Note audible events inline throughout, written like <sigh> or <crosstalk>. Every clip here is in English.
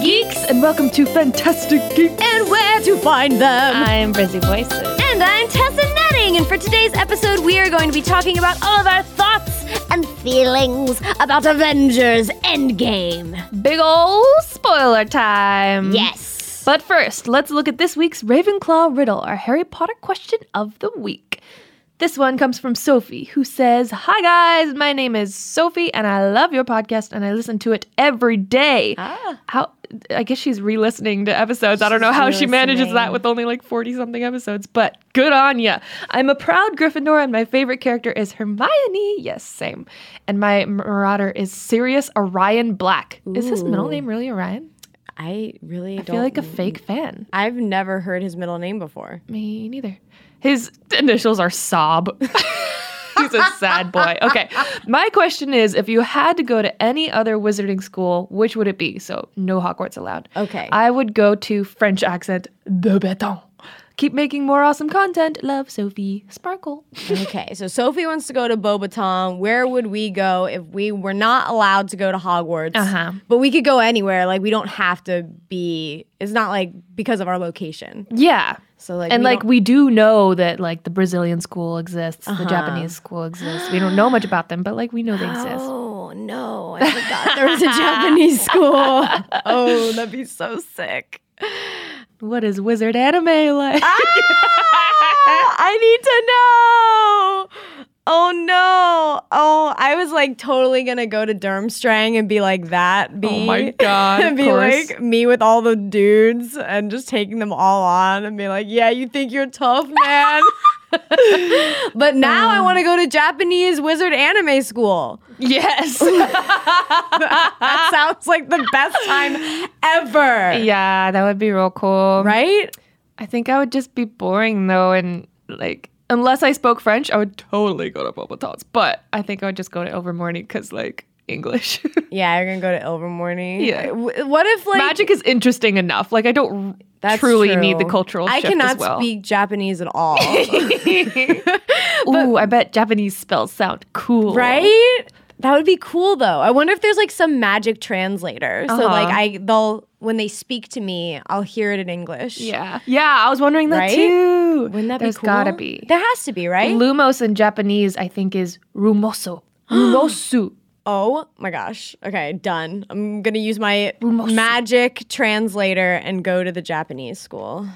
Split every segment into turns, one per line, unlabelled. Geeks.
And welcome to Fantastic Geek
And where
to find them.
I'm Brizzy Voices.
And I'm Tessa Netting, and for today's episode, we are going to be talking about all of our thoughts and feelings about Avengers Endgame.
Big ol' spoiler time.
Yes.
But first, let's look at this week's Ravenclaw riddle, our Harry Potter question of the week. This one comes from Sophie, who says, Hi guys, my name is Sophie, and I love your podcast, and I listen to it every day. Ah. How I guess she's re listening to episodes. I don't know how she manages that with only like 40 something episodes, but good on ya. I'm a proud Gryffindor, and my favorite character is Hermione. Yes, same. And my marauder is Sirius Orion Black. Is his middle name really Orion?
I really
I feel like a fake fan.
I've never heard his middle name before.
Me neither. His initials are Sob. <laughs> He's a sad boy. Okay. My question is if you had to go to any other wizarding school, which would it be? So, no Hogwarts allowed.
Okay.
I would go to French accent, de béton. Keep making more awesome content. Love, Sophie. Sparkle.
okay, so Sophie wants to go to Bobaton. Where would we go if we were not allowed to go to Hogwarts?
Uh-huh.
But we could go anywhere. Like we don't have to be. It's not like because of our location.
Yeah.
So like,
and
we
like
don't- Uh-huh.
we do know that like the Brazilian school exists, the Japanese school exists. We don't know much about them, but like we know they exist.
Oh no! I forgot there was a Japanese
<laughs>
school. Oh, that'd be so sick.
What is wizard anime like?
Ah, I need to know. Oh no. Oh, I was like totally gonna go to Durmstrang and be like that. Be,
Oh my God, of <laughs>
and be
course.
like me with all the dudes and just taking them all on and be like, yeah, you think
<laughs>
you're tough, man. but now
Uh.
I want to go to Japanese wizard anime school. <laughs>
yes. <laughs>
That sounds like the best time ever.
Yeah, that would be real cool.
Right?
I think I would just be boring though, and like unless I spoke French, I would totally go to Bobotots. But I think I would just go to Overmorning because like English. <laughs>
Yeah, you're gonna go to Ilvermorny.
Yeah.
W- What if like
Magic is interesting enough. Like I don't r-
That's
truly
true.
need the cultural.
I
shift
cannot
as well.
speak Japanese at
<laughs>
all.
Ooh, I bet Japanese spells sound cool.
right? That would be cool though. I wonder if there's like some magic translator. So like
Uh-huh.
I they'll when they speak to me, I'll hear it in English.
Yeah. Yeah, I was wondering that
Right?
too.
Wouldn't that
There's
be cool?
gotta be.
There has to be, right?
Lumos in Japanese, I think, is
<gasps>
rumoso. Rumosu.
oh my gosh. Okay, done. I'm going to use my magic translator and go to the Japanese school.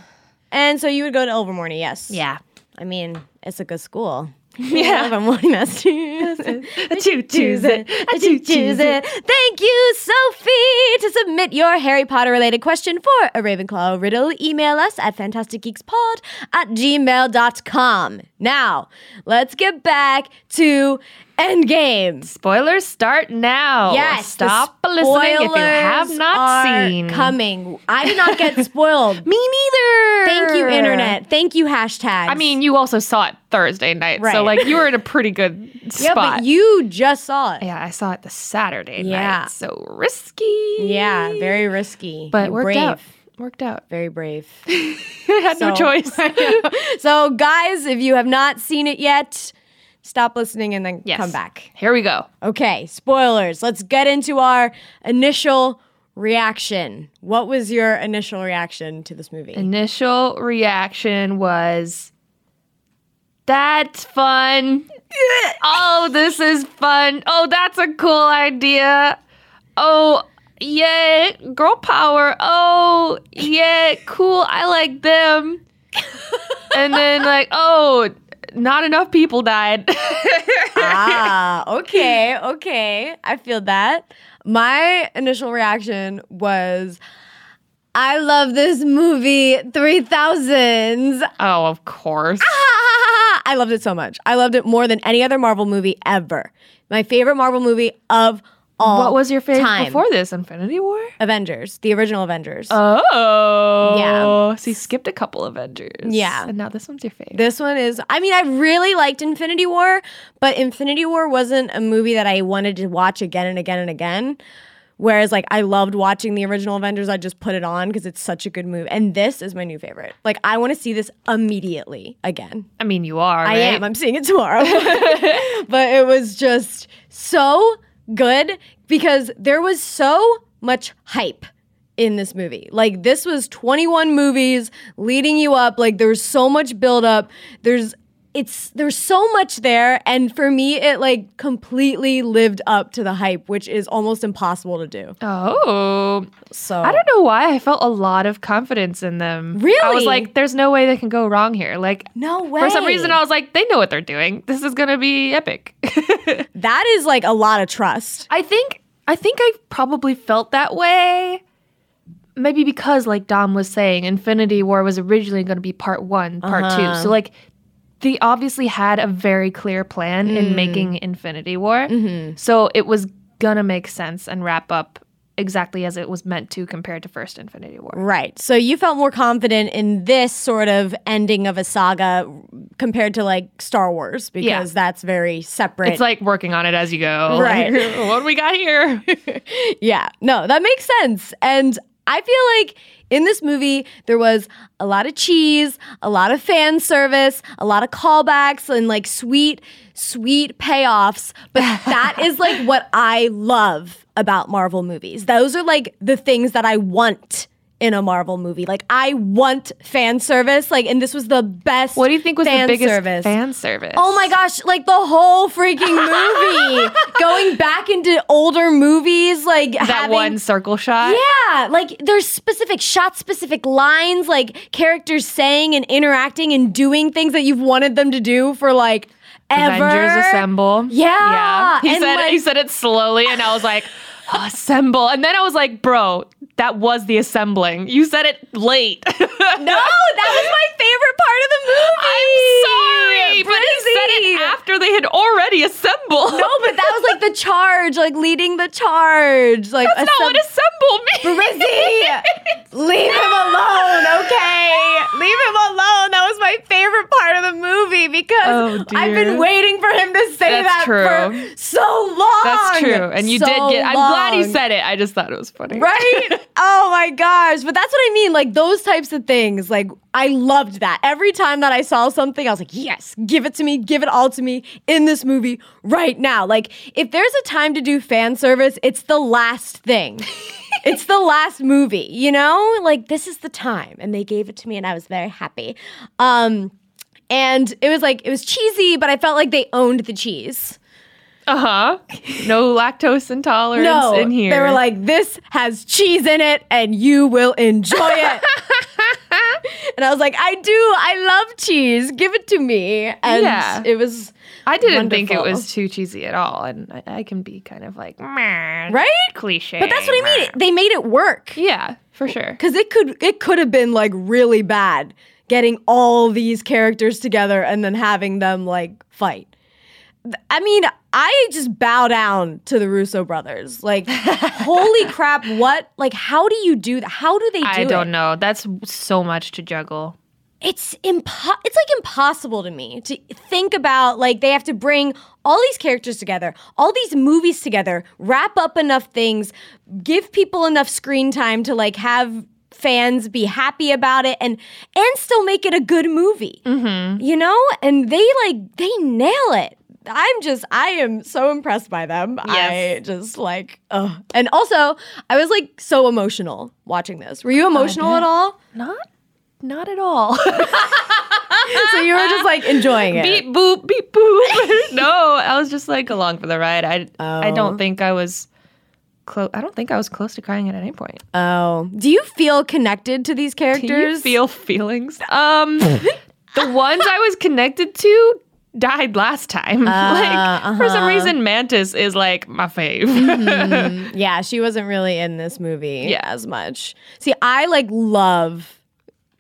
And so you would go to Ilvermorny, yes.
<laughs>
Yeah.
I mean, it's a good
<laughs>
school. <laughs> Yeah, Ilvermorny, that's
I do choose it. I do choose it.
Thank you, Sophie. To submit your Harry Potter related question for a Ravenclaw riddle, email us at fantasticgeekspod at gmail.com. Now, let's get back to Endgame.
Spoilers start now.
Yes, the
Oh, Stop listening if you have
spoilers
not
are
seen.
Coming. I did not get
<laughs>
spoiled.
Me neither.
Thank you, internet. Thank you, hashtags.
I mean, you also saw it Thursday night,
Right.
so like you were in a pretty good
<laughs> yeah,
spot.
but you just saw it.
yeah, I saw it the Saturday
Yeah.
night. So risky.
Yeah, very risky.
but
You
worked
brave.
out. Worked out. <laughs>
Very brave.
I had no
So- <laughs>
choice.
so, guys, if you have not seen it yet, stop listening and then
Yes.
come back.
Here we go.
Okay, spoilers. Let's get into our initial reaction. What was your initial reaction to this movie?
<laughs> Initial reaction was that's <laughs> fun. oh, this is fun. Oh, that's a cool idea. Oh, yeah, girl power. Oh, yeah, cool. I like <laughs> them. and then like, oh, not enough people died. <laughs> Uh,
ah, okay, okay. I feel that. My initial reaction was I love this movie 3000s.
oh, of course.
<laughs> I loved it so much. I loved it more than any other Marvel movie ever. My favorite Marvel movie of all.
What was your favorite
time.
before this? Infinity War?
Avengers, the original Avengers.
Oh. So you skipped a couple Avengers.
Yeah.
And now this one's your favorite.
this one is. I mean, I really liked Infinity War, but Infinity War wasn't a movie that I wanted to watch again and again and again. Whereas, like, I loved watching the original Avengers. I just put it on because it's such a good movie. And this is my new favorite. Like, I want to see this immediately again.
I mean, you are.
I am. I'm seeing it tomorrow. <laughs> but it was just so good because there was so much hype in this movie. Like this was 21 movies leading you up. Like there's so much buildup. There's it's there's so much there, and for me, it like completely lived up to the hype, which is almost impossible to do.
Oh.
So
I don't know why I felt a lot of confidence in them. I was
Really?
like, there's no way they can go wrong here. Like,
No way.
for some reason, I was like, they know what they're doing. This is going to be epic. <laughs>
that is like a lot of trust.
I think I think I probably felt that way. Maybe because like Dom was saying, Infinity War was originally going to be part 1, part 2. So like they obviously had a very clear plan in making Infinity War. So it was going to make sense and wrap up exactly as it was meant to compared to first Infinity War.
Right. So you felt more confident in this sort of ending of a saga compared to like Star Wars because that's very separate.
It's like working on it as you go.
Right.
Like, <laughs> what do we got here?
Yeah, no, that makes sense. And I feel like in this movie, there was a lot of cheese, a lot of fan service, a lot of callbacks, and like sweet, sweet payoffs.
<laughs>
But that is like what I love about Marvel movies. Those are like the things that I want in a Marvel movie. Like, I want fan service. Like, and this was the best.
What do you think was
fan
the biggest
service.
fan service?
Oh my gosh, like the whole freaking
<laughs>
movie. Going back into older movies, like
That one circle shot.
Yeah, like there's specific shot specific lines, like characters saying and interacting and doing things that you've wanted them to do for like ever.
Avengers Assemble.
Yeah,
He
and,
said
like-
he said it slowly and I was like, <gasps> assemble. And then I was like, bro, that was the assembling. You said it late. <laughs> no,
No, that was my favorite part of the movie.
Sorry, but he said it
Brizzy.
after they had already assembled.
No,
<laughs>
but that was like the charge, like leading the charge. Like
That's not what assemble means.
Brizzy, leave him alone, okay? Leave him alone. That was my favorite part of the movie because
Oh,
I've
dear.
been waiting for him to say
That's
that
true.
for so long.
That's true. And you
So
did get I'm glad he
long.
said it. I just thought it was funny.
Right? oh my gosh. But that's what I mean. Like those types of things. Like I loved that. Every time that I saw something, I was like, yes, give it to me. Give it all to me in this movie right now. Like if there's a time to do fan service, it's the last thing. it's the last movie, you know? Like this is the time. And they gave it to me and I was very happy. Um, and it was like, it was cheesy, but I felt like they owned the cheese.
Uh-huh. No lactose intolerance
No,
in here.
they were like, "This has cheese in it, and you will enjoy
<laughs>
it." and I was like, "I do. I love cheese. Give it to me." And
Yeah.
it was
I didn't think it
Wonderful.
was too cheesy at all. And I, I can be kind of like,
right,
right? Cliche.
but that's what I mean. It- They made it work
Yeah, for sure.
because it could it could have been like really bad getting all these characters together and then having them like fight. Th- I mean, I just bow down to the Russo
<laughs>
brothers. Like, holy crap! What? Like, how do you do that? How do they? Do
I
it?
don't know. That's so much to juggle.
it's impo- it's like impossible to me to think about like they have to bring all these characters together, all these movies together, wrap up enough things, give people enough screen time to like have fans be happy about it and and still make it a good movie. You know? And they like they nail it. I'm just I am so impressed by them. I
Yes.
just like ugh. And also, I was like so emotional watching this. Were you emotional at all?
Not, not at <laughs> all.
so you were just
<laughs>
like enjoying it.
beep boop, beep boop. <laughs> no, I was just like along for the ride. I, I
Oh.
don't think I was close. I don't think I was close to crying at any point.
Oh, do you feel connected to these characters?
Do you feel feelings?
<laughs>
Um, the ones I was connected to died last time. <laughs> like
Ah,
for
uh-huh.
some reason, Mantis is like my fave. <laughs>
yeah, she wasn't really in this movie
Yeah.
as much. See, I like love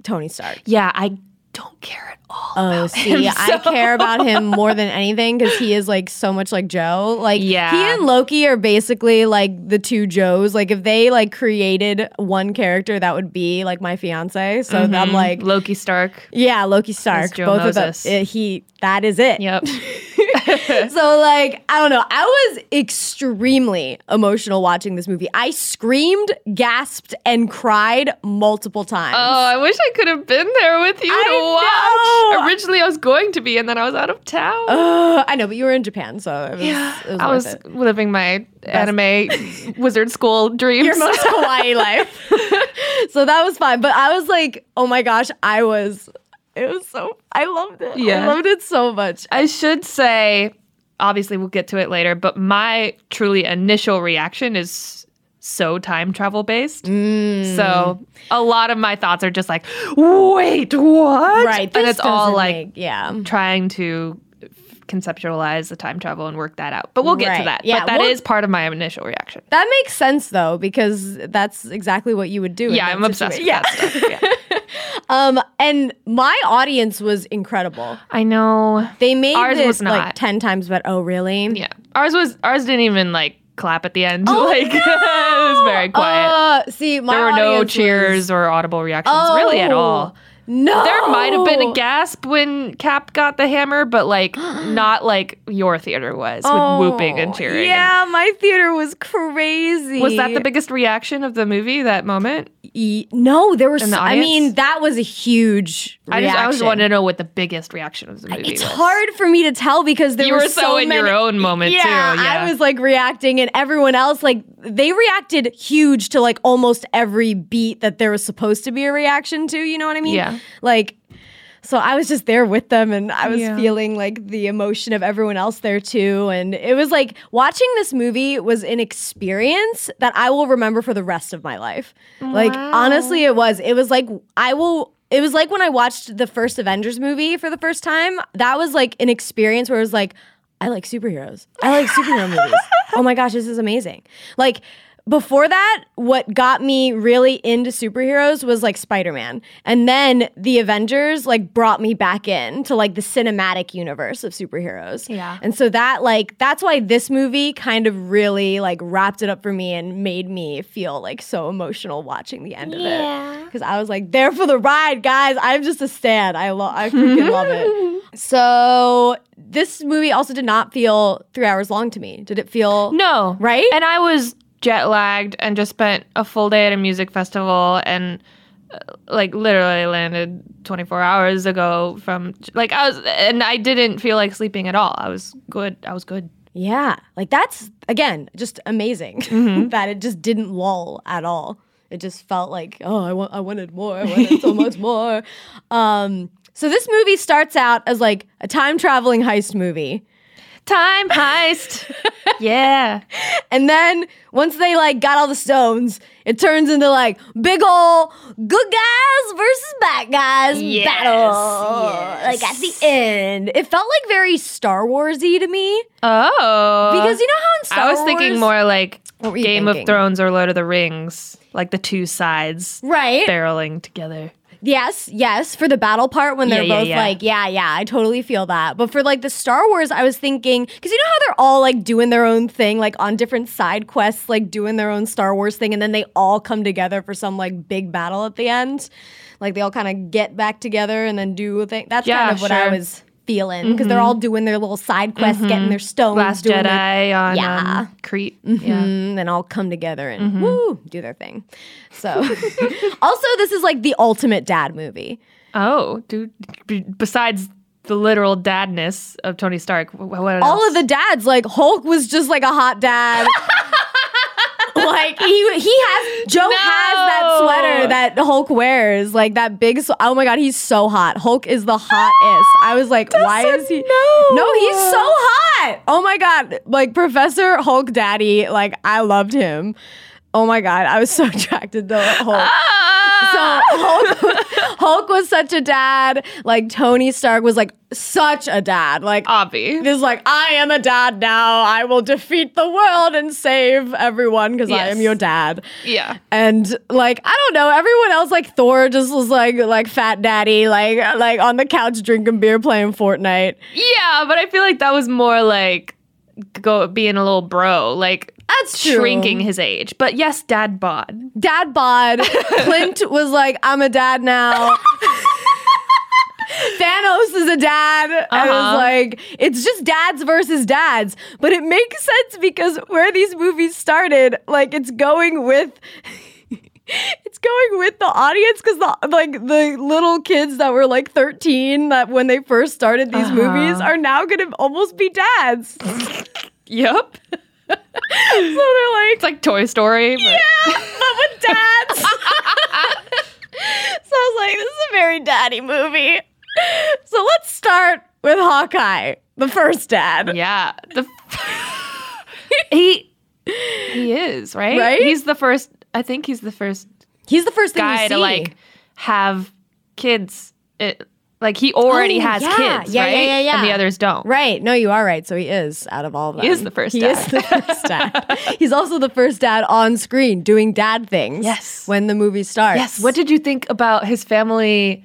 Tony Stark.
yeah, I don't care at all.
Oh, see,
<laughs>
I care about him more than anything because he is like so much like Joe. Like,
Yeah.
he and Loki are basically like the two Joes. Like, if they like created one character, that would be like my fiance. So I'm like,
Loki Stark.
yeah, Loki Stark.
Mm-hmm. Joe
both of eh, them.
Moses.
<laughs> It- he that is it.
Yep.
so like I don't know. I was extremely emotional watching this movie. I screamed, gasped, and cried multiple times.
Oh, I wish I could have been there with you to
I
watch.
know.
Originally, I was going to be, and then I was out of town.
Ugh, I know, but you were in Japan, so it was, it was
I
worth
was <laughs>
it.
living my anime
<laughs>
wizard school dreams.
your most
<laughs>
Hawaii life. so that was fun. But I was like, oh my gosh, I was. It was so. I loved it.
Yeah.
I loved it so much.
I should say, obviously, we'll get to it later, but my truly initial reaction is so time travel based.
Mm.
So a lot of my thoughts are just like, wait, what?
Right.
And
this
it's all
doesn't
like
make- yeah.
trying to conceptualize the time travel and work that out. But we'll get to
Right.
that.
Yeah,
but that is
we'll-
part of my initial reaction.
That makes sense though, because that's exactly what you would do. in
Yeah,
that
I'm obsessed with
situation.
that stuff.
<laughs>
Yeah.
Um, and my audience was incredible.
I know.
They made
Ours
this
was
like
not.
ten times better. Oh, really?
Yeah. Ours was ours didn't even like clap at the end. <laughs>
Oh,
like it was very quiet.
Uh, see, my
there were no
audience
cheers
was- Oh,
or audible reactions really at all.
No,
There might have
Oh.
been a gasp when Cap got the hammer, but
<gasps>
like not like your theater was with whooping and
Oh,
cheering.
Yeah, my theater was crazy.
And- Was that the biggest reaction of the movie, that moment?
E- no, there was.
In the
I mean,
audience?
that was a huge
I
reaction.
just I just want to know what the biggest reaction of the movie
It's
was.
hard for me to tell because there
You
were,
were so, in
many-
your own moment
yeah,
too. Yeah.
I was like reacting, and everyone else like they reacted huge to like almost every beat that there was supposed to be a reaction to. You know what I mean?
Yeah.
Like, so I was just there with them, and I was
Yeah.
feeling like the emotion of everyone else there too. And it was like watching this movie was an experience that I will remember for the rest of my life. Like
Wow.
honestly, it was. It was like I will. It was like when I watched the first Avengers movie for the first time. That was like an experience where it was like, I like superheroes. I like
<laughs>
superhero movies. Oh my gosh, this is amazing. Like before that, what got me really into superheroes was like Spider Man, and then the Avengers like brought me back in to like the cinematic universe of superheroes.
Yeah.
And so that like that's why this movie kind of really like wrapped it up for me and made me feel like so emotional watching the end of it. Because I was like there for the ride, guys. I'm just a stan. I love I freaking love it. So this movie also did not feel three hours long to me. Did it feel
No.
Right?
And I was jet lagged and just spent a full day at a music festival and uh, like literally landed 24 hours ago from like I was and I didn't feel like sleeping at all. I was good. I was good.
Yeah. Like that's again just amazing
Mm-hmm.
<laughs> that it just didn't lull at all. It just felt like, oh, I want I wanted more. I
<laughs>
wanted so much more. Um so this movie starts out as like a time traveling heist movie.
Time
<laughs>
heist. yeah.
And then once they like got all the stones, it turns into like big ol' good guys versus bad guys
Yes,
battle. Like at the end. It felt like very Star Warsy to me.
Oh.
Because you know how in Star
I was
Wars,
thinking more like
What were you
Game of
thinking?
Thrones or Lord of the Rings, like the two sides
Right.
barreling
<laughs>
together.
Yes, yes, for the battle part when they're
Yeah, yeah,
both
yeah.
like, yeah, yeah, I totally feel that. But for like the Star Wars, I was thinking because you know how they're all like doing their own thing, like on different side quests, like doing their own Star Wars thing, and then they all come together for some like big battle at the end. Like they all kind of get back together and then do a thing. That's
Yeah,
kind of what I
sure. Mm-hmm.
was feeling because they're all doing their little side quests, getting their stones,
Last
doing their
Jedi on
Yeah. Mm-hmm.
um, Crete. Yeah.
and then all come together and
Mm-hmm.
woo, do their thing. So, <laughs> also, this is like the ultimate dad movie.
Oh, dude. B- besides the literal dadness of Tony Stark, wh- what else?
all of the dads. Like Hulk was just like a hot
<laughs>
dad. like he he has Joe has that
No.
sweater that Hulk wears, like that big. Sw- oh my god, he's so hot. Hulk is the hottest. I was like, why is he?
know.
no, he's so hot. Oh my god, like Professor Hulk Daddy. Like I loved him. Oh my god, I was so <laughs> attracted to Hulk.
Ah!
So
<laughs>
Hulk, Hulk was such a dad. Like Tony Stark was like such a dad. Like <laughs>
Obvi.
it is like, I am a dad now. I will defeat the world and save everyone because I am
Yes.
your dad.
Yeah.
And like, I don't know, everyone else like Thor just was like like fat daddy, like like on the couch drinking beer playing Fortnite.
Yeah, but I feel like that was more like go being a little bro, like
That's true.
shrinking his age. But yes, dad bod.
Dad bod. Clint was like, I'm a dad now. Thanos is a dad. I
Uh-huh.
was like, it's just dads versus dads. But it makes sense because where these movies started, like it's going with <laughs> it's going with the audience because the like the little kids that were like 13 that when they first started these movies are now gonna almost be dads. so
<laughs> Yep. It's
they're like
like Toy Story. Yeah.
but
<laughs>
with dads. so I was like, this is a very daddy movie. So let's start with Hawkeye, the first dad.
yeah.
<laughs>
The he he is right.
Right?
He's the first. I think he's the first
He's the first thing you
guy to
see.
like have kids. It, like he already
Oh,
has
yeah.
kids,
Yeah,
right?
yeah, yeah, yeah.
And the others don't.
Right. No, you are right. So he is out of all of them.
is the first
He
dad.
is the
<laughs>
first dad. He's also the first dad on screen doing dad things.
Yes.
When the movie starts.
Yes. What did you think about his family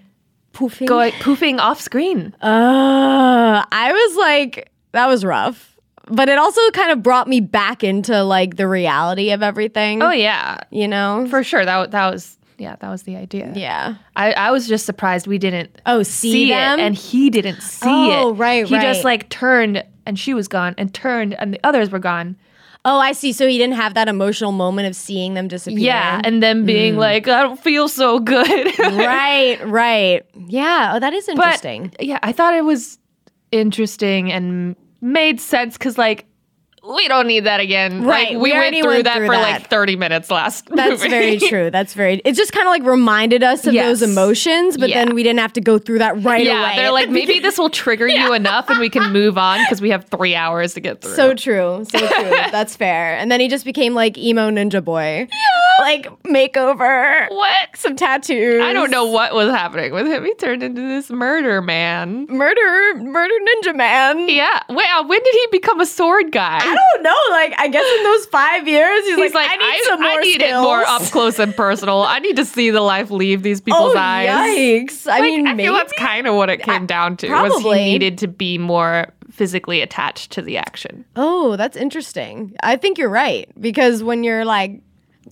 poofing?
going poofing off screen?
Uh, I was like, that was rough. But it also kind of brought me back into like the reality of everything.
Oh yeah,
You know?
for sure. That wa- that was yeah, that was the idea.
yeah.
I, I was just surprised we didn't
Oh, see,
see
them?
it and he didn't see it.
Oh, right,
He just
right.
like turned and she was gone and turned and the others were gone.
oh, I see. So he didn't have that emotional moment of seeing them disappear.
Yeah, and then
Mm.
being like, I don't feel so good. <laughs>
<laughs> right, right. Yeah. Oh, that is
But,
interesting.
<laughs> yeah, I thought it was interesting and made sense because like we don't need that again. Like,
Right,
we,
we
went
already
through
went
that
through
for
that.
like thirty minutes last.
That's
movie. <laughs>
very true. That's very. It just kind of like reminded us of
Yes.
those emotions, but
Yeah.
then we didn't have to go through that right
Yeah,
away. <laughs>
they're like maybe this will trigger you enough, and we can move on because we have three hours to get through. <laughs>
so true, so true. That's fair. And then he just became like emo ninja boy, like makeover,
what?
some tattoos.
I don't know what was happening with him. He turned into this murder man.
Murder, murder ninja man.
Yeah. Wow. When did he become a sword guy?
I don't know. Like I guess in those five years, he's,
He's like,
I need some more
I need
skills.
it more up close and personal. I need to see the life leave these <laughs> people's
oh
eyes.
yikes! I
Like,
mean,
I
maybe
feel that's kind of what it came down to. Was
probably.
he needed to be more physically attached to the action?
Oh, that's interesting. I think you're right because when you're like,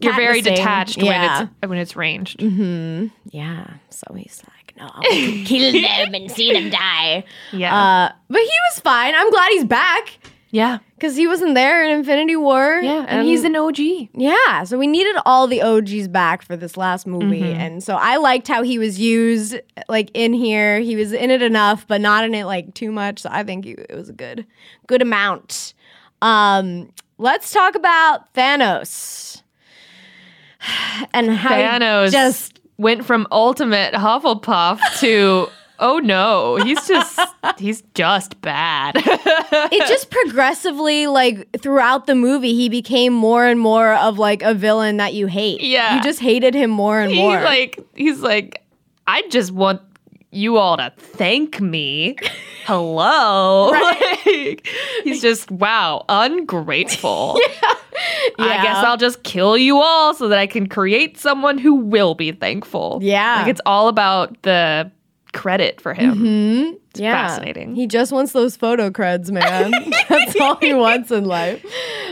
You're very
catnessing-
detached
yeah. Mm-hmm.
when it's when it's ranged.
Yeah. So he's like, no, I want to kill them and see
<laughs>
them die.
Yeah.
Uh, but he was fine. I'm glad he's back
yeah.
because he wasn't there in Infinity War.
Yeah. And, he's an OG.
yeah. So we needed all the OGs back for this last movie,
Mm-hmm.
and so I liked how he was used, like in here. He was in it enough, but not in it like too much. So I think he, it was a good, good amount. Um, let's talk about Thanos <sighs> and how he
Thanos
just
went from ultimate Hufflepuff to oh no, he's just he's just bad. <laughs>
it just progressively like throughout the movie he became more and more of like a villain that you hate
Yeah.
you just hated him more
<laughs>
and
He's
more
like he's like I just want you all to thank
<laughs>
me. Hello. <laughs> Like, he's just wow, ungrateful. I
<laughs> Yeah.
guess I'll just kill you all so that I can create someone who will be thankful.
Yeah. Mm-hmm.
Like it's all about the credit for him. It's fascinating.
he just wants those photo
<laughs>
creds man that's all he wants in life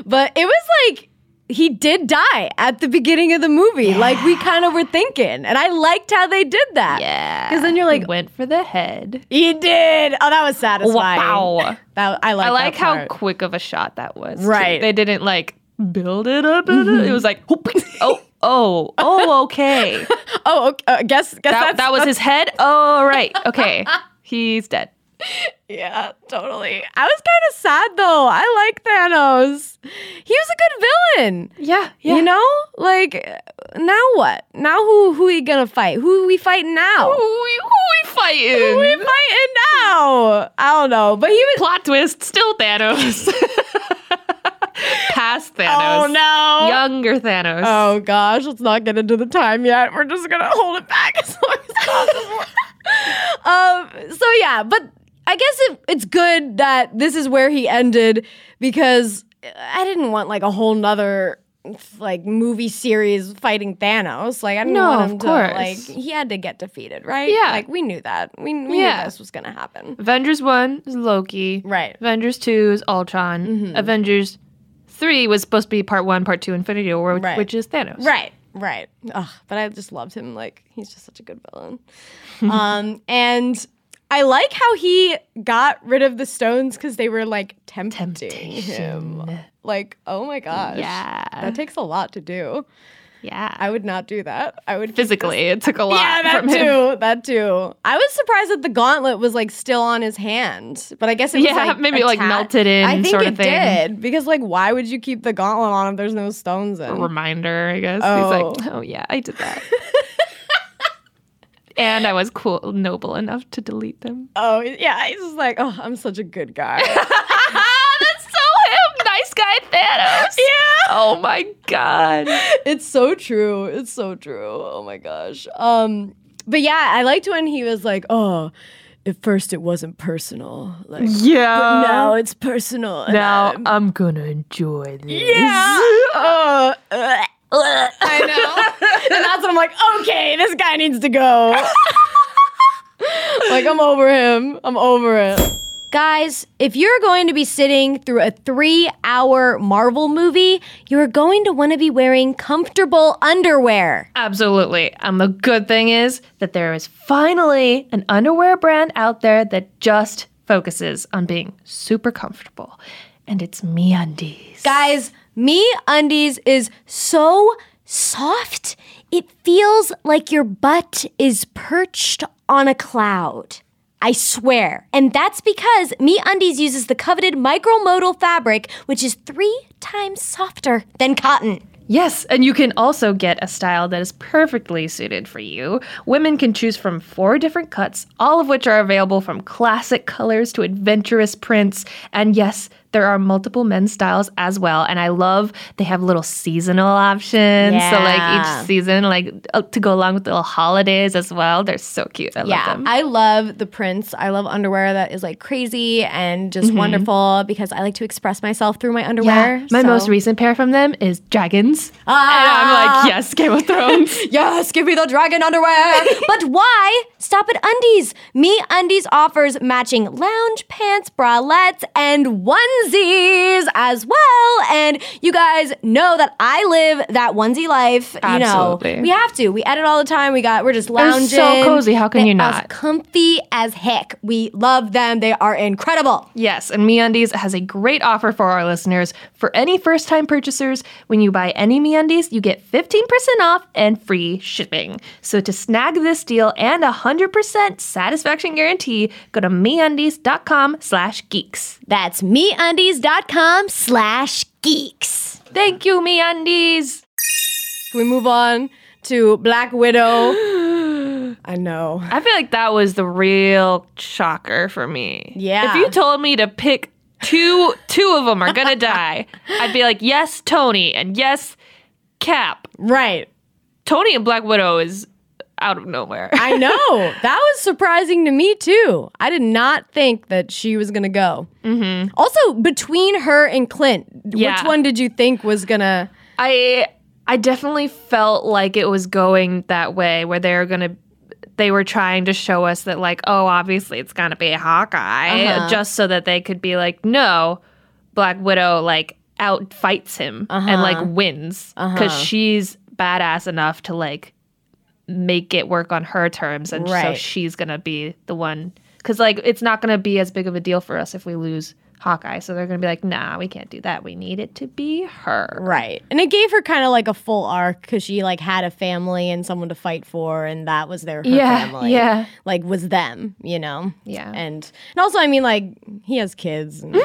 but it was like he did die at the beginning of the movie like we kind of were thinking and i liked how they did that
yeah.
because then you're
He
like
went for the head.
he did oh that was satisfying
Wow.
that i like
I like how
part.
quick of a shot that was. too.
Right.
They didn't like build it up. It was like, whoop, <laughs> oh, oh, oh, <laughs> okay.
oh okay, uh, guess guess
That,
that's
that was his head. Oh, right. Okay. <laughs> He's dead.
Yeah, totally. I was kind of sad though. I like Thanos. He was a good villain.
Yeah.
You know, like now what? Now who who he gonna fight? Who we fighting now?
Who we, who we fighting?
Who we fighting now? I don't know, but he was.
<laughs> Plot twist, still Thanos. <laughs> Past Thanos.
Oh no!
Younger Thanos.
Oh gosh, let's not get into the time yet. We're just gonna hold it back <laughs> as long as
<laughs>
possible. um. So yeah, but I guess it, it's good that this is where he ended because I didn't want like a whole nother like movie series fighting Thanos. Like I didn't
No,
want him
of
to
course.
like he had to get defeated, right?
Yeah.
Like we knew that. We, we
Yeah.
knew this was gonna happen.
Avengers 1 is Loki.
Right.
Avengers 2 is Ultron. Avengers 3 was supposed to be part 1, part 2, Infinity War, which,
Right.
which is Thanos.
Right, right. Ugh, but I just loved him. Like he's just such a good villain. <laughs> um, and I like how he got rid of the stones because they were like tempting him.
Temptation.
Like, oh my gosh.
Yeah.
That takes a lot to do.
Yeah.
I would not do that. I would keep this-
Physically, it took a lot
<laughs> Yeah, that
from
too.
him.
That too. I was surprised that the gauntlet was like still on his hand, but I guess it was
Yeah,
like
maybe, like,
atta-
melted in
I think
sort
it
of thing.
did because like why would you keep the gauntlet on if there's no stones in?
A reminder, I guess.
Oh.
He's like, oh yeah, I did that. and I was cool, noble enough to delete them.
oh yeah, he's just like oh I'm such a good guy.
That's so him, nice guy Thanos.
yeah.
Oh my god.
<laughs> it's so true. It's so true. Oh my gosh. Um, but yeah, I liked when he was like, "Oh, at first it wasn't personal, like,
Yeah.
but now it's personal." and
Now
I'm-
I'm gonna enjoy this.
yeah. Oh, uh, uh, I know. and that's when I'm like, okay, this guy needs to go. <laughs> like I'm over him. I'm over it. Guys, if you're going to be sitting through a three hour Marvel movie, you're going to want to be wearing comfortable underwear.
Absolutely. And the good thing is that there is finally an underwear brand out there that just focuses on being super comfortable. And it's me undies.
Guys, Me Undies is so
Soft. It feels like your butt is perched on a cloud. I swear. And that's because Me Undies uses the coveted micromodal fabric, which is three times softer than cotton.
Yes, and you can also get a style that is perfectly suited for you. Women can choose from four different cuts, all of which are available from classic colors to adventurous prints. And yes, there are multiple men's styles as well. And I love they have little seasonal options. So like
Yeah.
each season, like uh, to go along with little holidays as well. They're so cute. I
Yeah,
love them.
I love the prints. I love underwear that is like crazy and just
Mm-hmm.
wonderful because I like to express myself through my underwear.
my
so- Ah.
most recent pair from them is dragons. And I'm like, yes, Game of Thrones.
yes, give me the
<laughs>
dragon underwear.
But why stop at undies? Me Undies offers matching lounge pants, bralettes, and onesies as well. And you guys know that I live that onesie life. You
Absolutely.
know, we have to. We edit all the time. We got we're just lounging.
cozy. How can
They
you
are
not?
comfy as heck. We love them. They are incredible.
Yes, and MeUndies has a great offer for our listeners. For any first-time purchasers, when you buy any MeUndies, you get 15% off and free shipping. So to snag this deal and a 100% satisfaction guarantee, go to MeUndies.com slash geeks.
That's meundies.com slash geeks.
Thank you, MeUndies!
Can we move on to Black Widow? I know.
I feel like that was the real shocker for me.
Yeah.
If you told me to pick two, two of them are gonna die, I'd be like, yes, Tony, and yes, Cap.
Right.
Tony and Black Widow is out of nowhere.
I know. that was surprising to me too. I did not think that she was going to go. Mm-hmm. Also, between her and Clint,
Yeah.
which one did you think was going to.
I I definitely felt like it was going that way where they were gonna they were trying to show us that like oh obviously it's gonna be Hawkeye just so that they could be like no Black Widow like out fights him and like wins because she's badass enough to like make it work on her terms and so
Right.
she's gonna be the one because like it's not gonna be as big of a deal for us if we lose Hawkeye so they're gonna be like nah we can't do that we need it to be her
Right. And it gave her kind of like a full arc because she like had a family and someone to fight for, and that was their her
Yeah,
family.
yeah.
Like was them, you know?
Yeah.
And and also I mean like he has kids. and-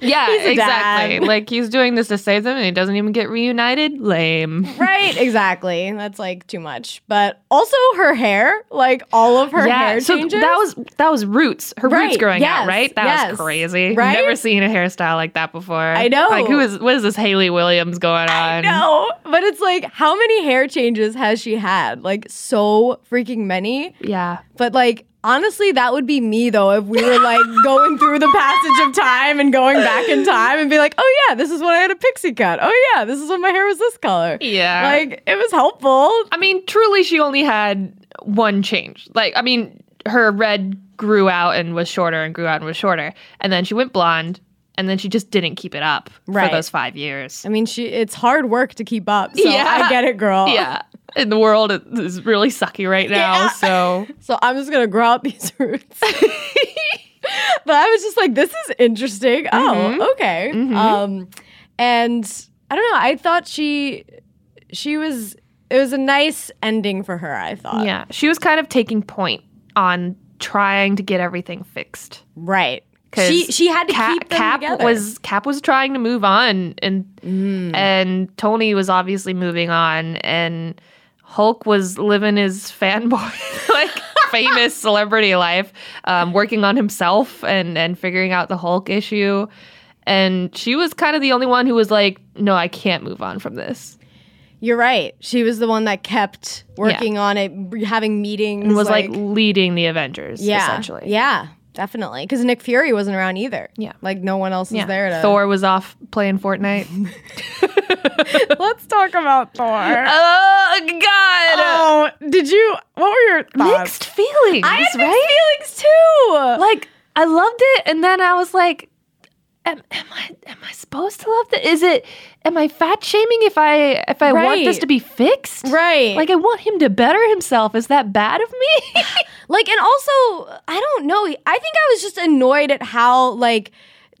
Yeah,
a
exactly.
dad.
Like he's doing this to save them, and he doesn't even get reunited. Lame.
right, exactly. That's like too much. But also her hair, like all of her hair
so
changes.
that was that was roots. Her roots
Right,
growing out,
yes,
right? That
yes,
was crazy.
right?
Never seen a hairstyle like that before. I
know.
Like who is what is this Haley Williams going on?
no, but it's like how many hair changes has she had? Like so freaking many.
Yeah.
But like honestly, that would be me though if we were
<laughs>
like going through the passage of time and going back in time and be like, oh yeah, this is when I had a pixie cut. Oh yeah, this is when my hair was this color.
Yeah.
Like it was helpful.
I mean, truly, she only had one change. Like, I mean, her red grew out and was shorter and grew out and was shorter, and then she went blonde, and then she just didn't keep it up
Right.
for those five years.
I mean, she it's hard work to keep up. So
Yeah.
I get it, girl.
Yeah. in the world is really sucky right now.
Yeah.
So
So I'm just gonna grow out <laughs> these roots. but I was just like, this is interesting.
Mm-hmm.
Oh, okay. Um, and I don't know. I thought she, she was. It was a nice ending for her. I
Uh.
thought.
yeah, she was kind of taking point on trying to get everything fixed.
Right.
'Cause
She she had to
Cap,
keep them
Cap
together. Mm.
was Cap was trying to move on, and and Tony was obviously moving on, and Hulk was living his fanboy <laughs>
<laughs>
like famous celebrity life, um, working on himself and and figuring out the Hulk issue, and she was kind of the only one who was like, no, I can't move on from this,
You're right. She was the one that kept working on it, r- having meetings.
and was like, leading the Avengers
yeah,
essentially.
yeah, definitely. Because Nick Fury wasn't around either.
Yeah.
like no one else is
Yeah.
there. To-
Thor <laughs> was off playing Fortnite.
<laughs> Let's talk about Thor.
oh God!
Oh, did you? What were your thoughts?
mixed feelings,
I had
right?
mixed feelings too.
like I loved it, and then I was like, am, am I am I supposed to love this? Is it am I fat shaming if I if I want this
Right.
to be fixed?
right.
Like I want him to better himself. Is that bad of
<laughs>
me?
like and also
I don't know. I think I was just annoyed at how like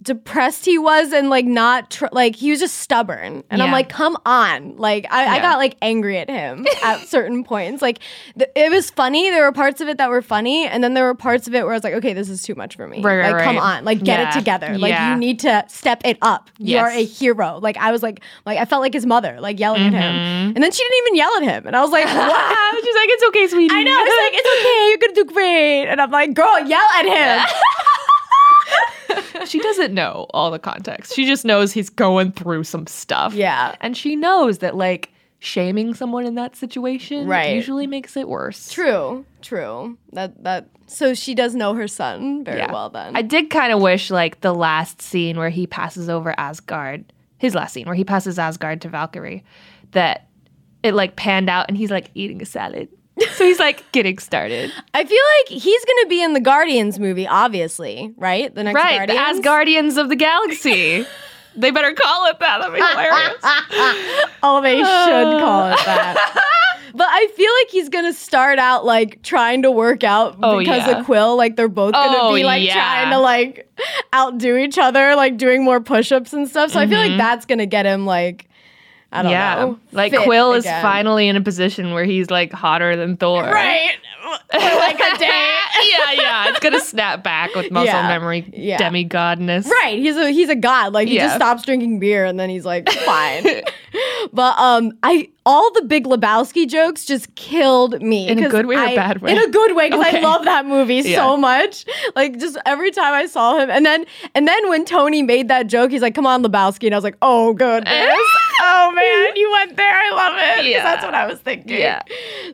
depressed he was and like not tr- like he was just stubborn. And I'm
Yeah.
like, come on. Like I, I
Yeah.
got like angry at him at certain points. Like th- it was funny. There were parts of it that were funny, and then there were parts of it where I was like, okay, this is too much for me.
Right, right,
like come
right.
on. Like get
Yeah.
it together. Like
Yeah.
you need to step it up. You
Yes.
are a hero. Like I was like like I felt like his mother like yelling at
Mm-hmm.
him. And then she didn't even yell at him. And I
<laughs>
was like, what?
She's like, it's okay, sweetie.
I know. It's like it's okay. You're gonna do great. And I'm like, girl, yell at him.
<laughs> she doesn't know all the context. She just knows he's going through some stuff.
<laughs> Yeah.
Uh, and she knows that like shaming someone in that situation
Right.
usually makes it worse.
True, true. That that. So she does know her son very well. Then
I did kind of wish like the last scene where he passes over Asgard, his last scene where he passes Asgard to Valkyrie, that it like panned out and he's like eating a salad. So he's like <laughs> getting started.
I feel like he's gonna be in the Guardians movie, obviously, right? The next
right. The
Guardians.
Asgardians of the Galaxy. they better call it that. That'd be hilarious.
Oh, they should
Uh.
call it
<laughs>
that. But I feel like he's gonna start out like trying to work out
Oh,
because
yeah.
of Quill. Like they're both gonna
Oh,
be like
yeah.
trying to like outdo each other, like doing more push-ups and stuff. So I feel like that's gonna get him like <laughs> I
Mm-hmm.
don't
yeah.
know.
like
fit
Quill is
again.
finally in a position where he's like hotter than Thor.
<laughs>
Right. like a day.
yeah, yeah. It's gonna snap back with muscle
Yeah.
memory
Yeah.
demigodness.
Right. He's a he's a god. Like he
Yeah.
just stops drinking beer and then
<laughs>
he's like fine. but um I all the big Lebowski jokes just killed me.
In a
'cause
good way or
I-
bad way?
In a good way because
Okay.
I love that movie
Yeah.
so much. Like just every time I saw him and then and then when Tony made that joke, he's like, "Come on, Lebowski," and I was like,
<laughs>
"Oh goodness, oh man, you went there. I love it." 'Cause
Yeah.
That's what I was thinking.
Yeah.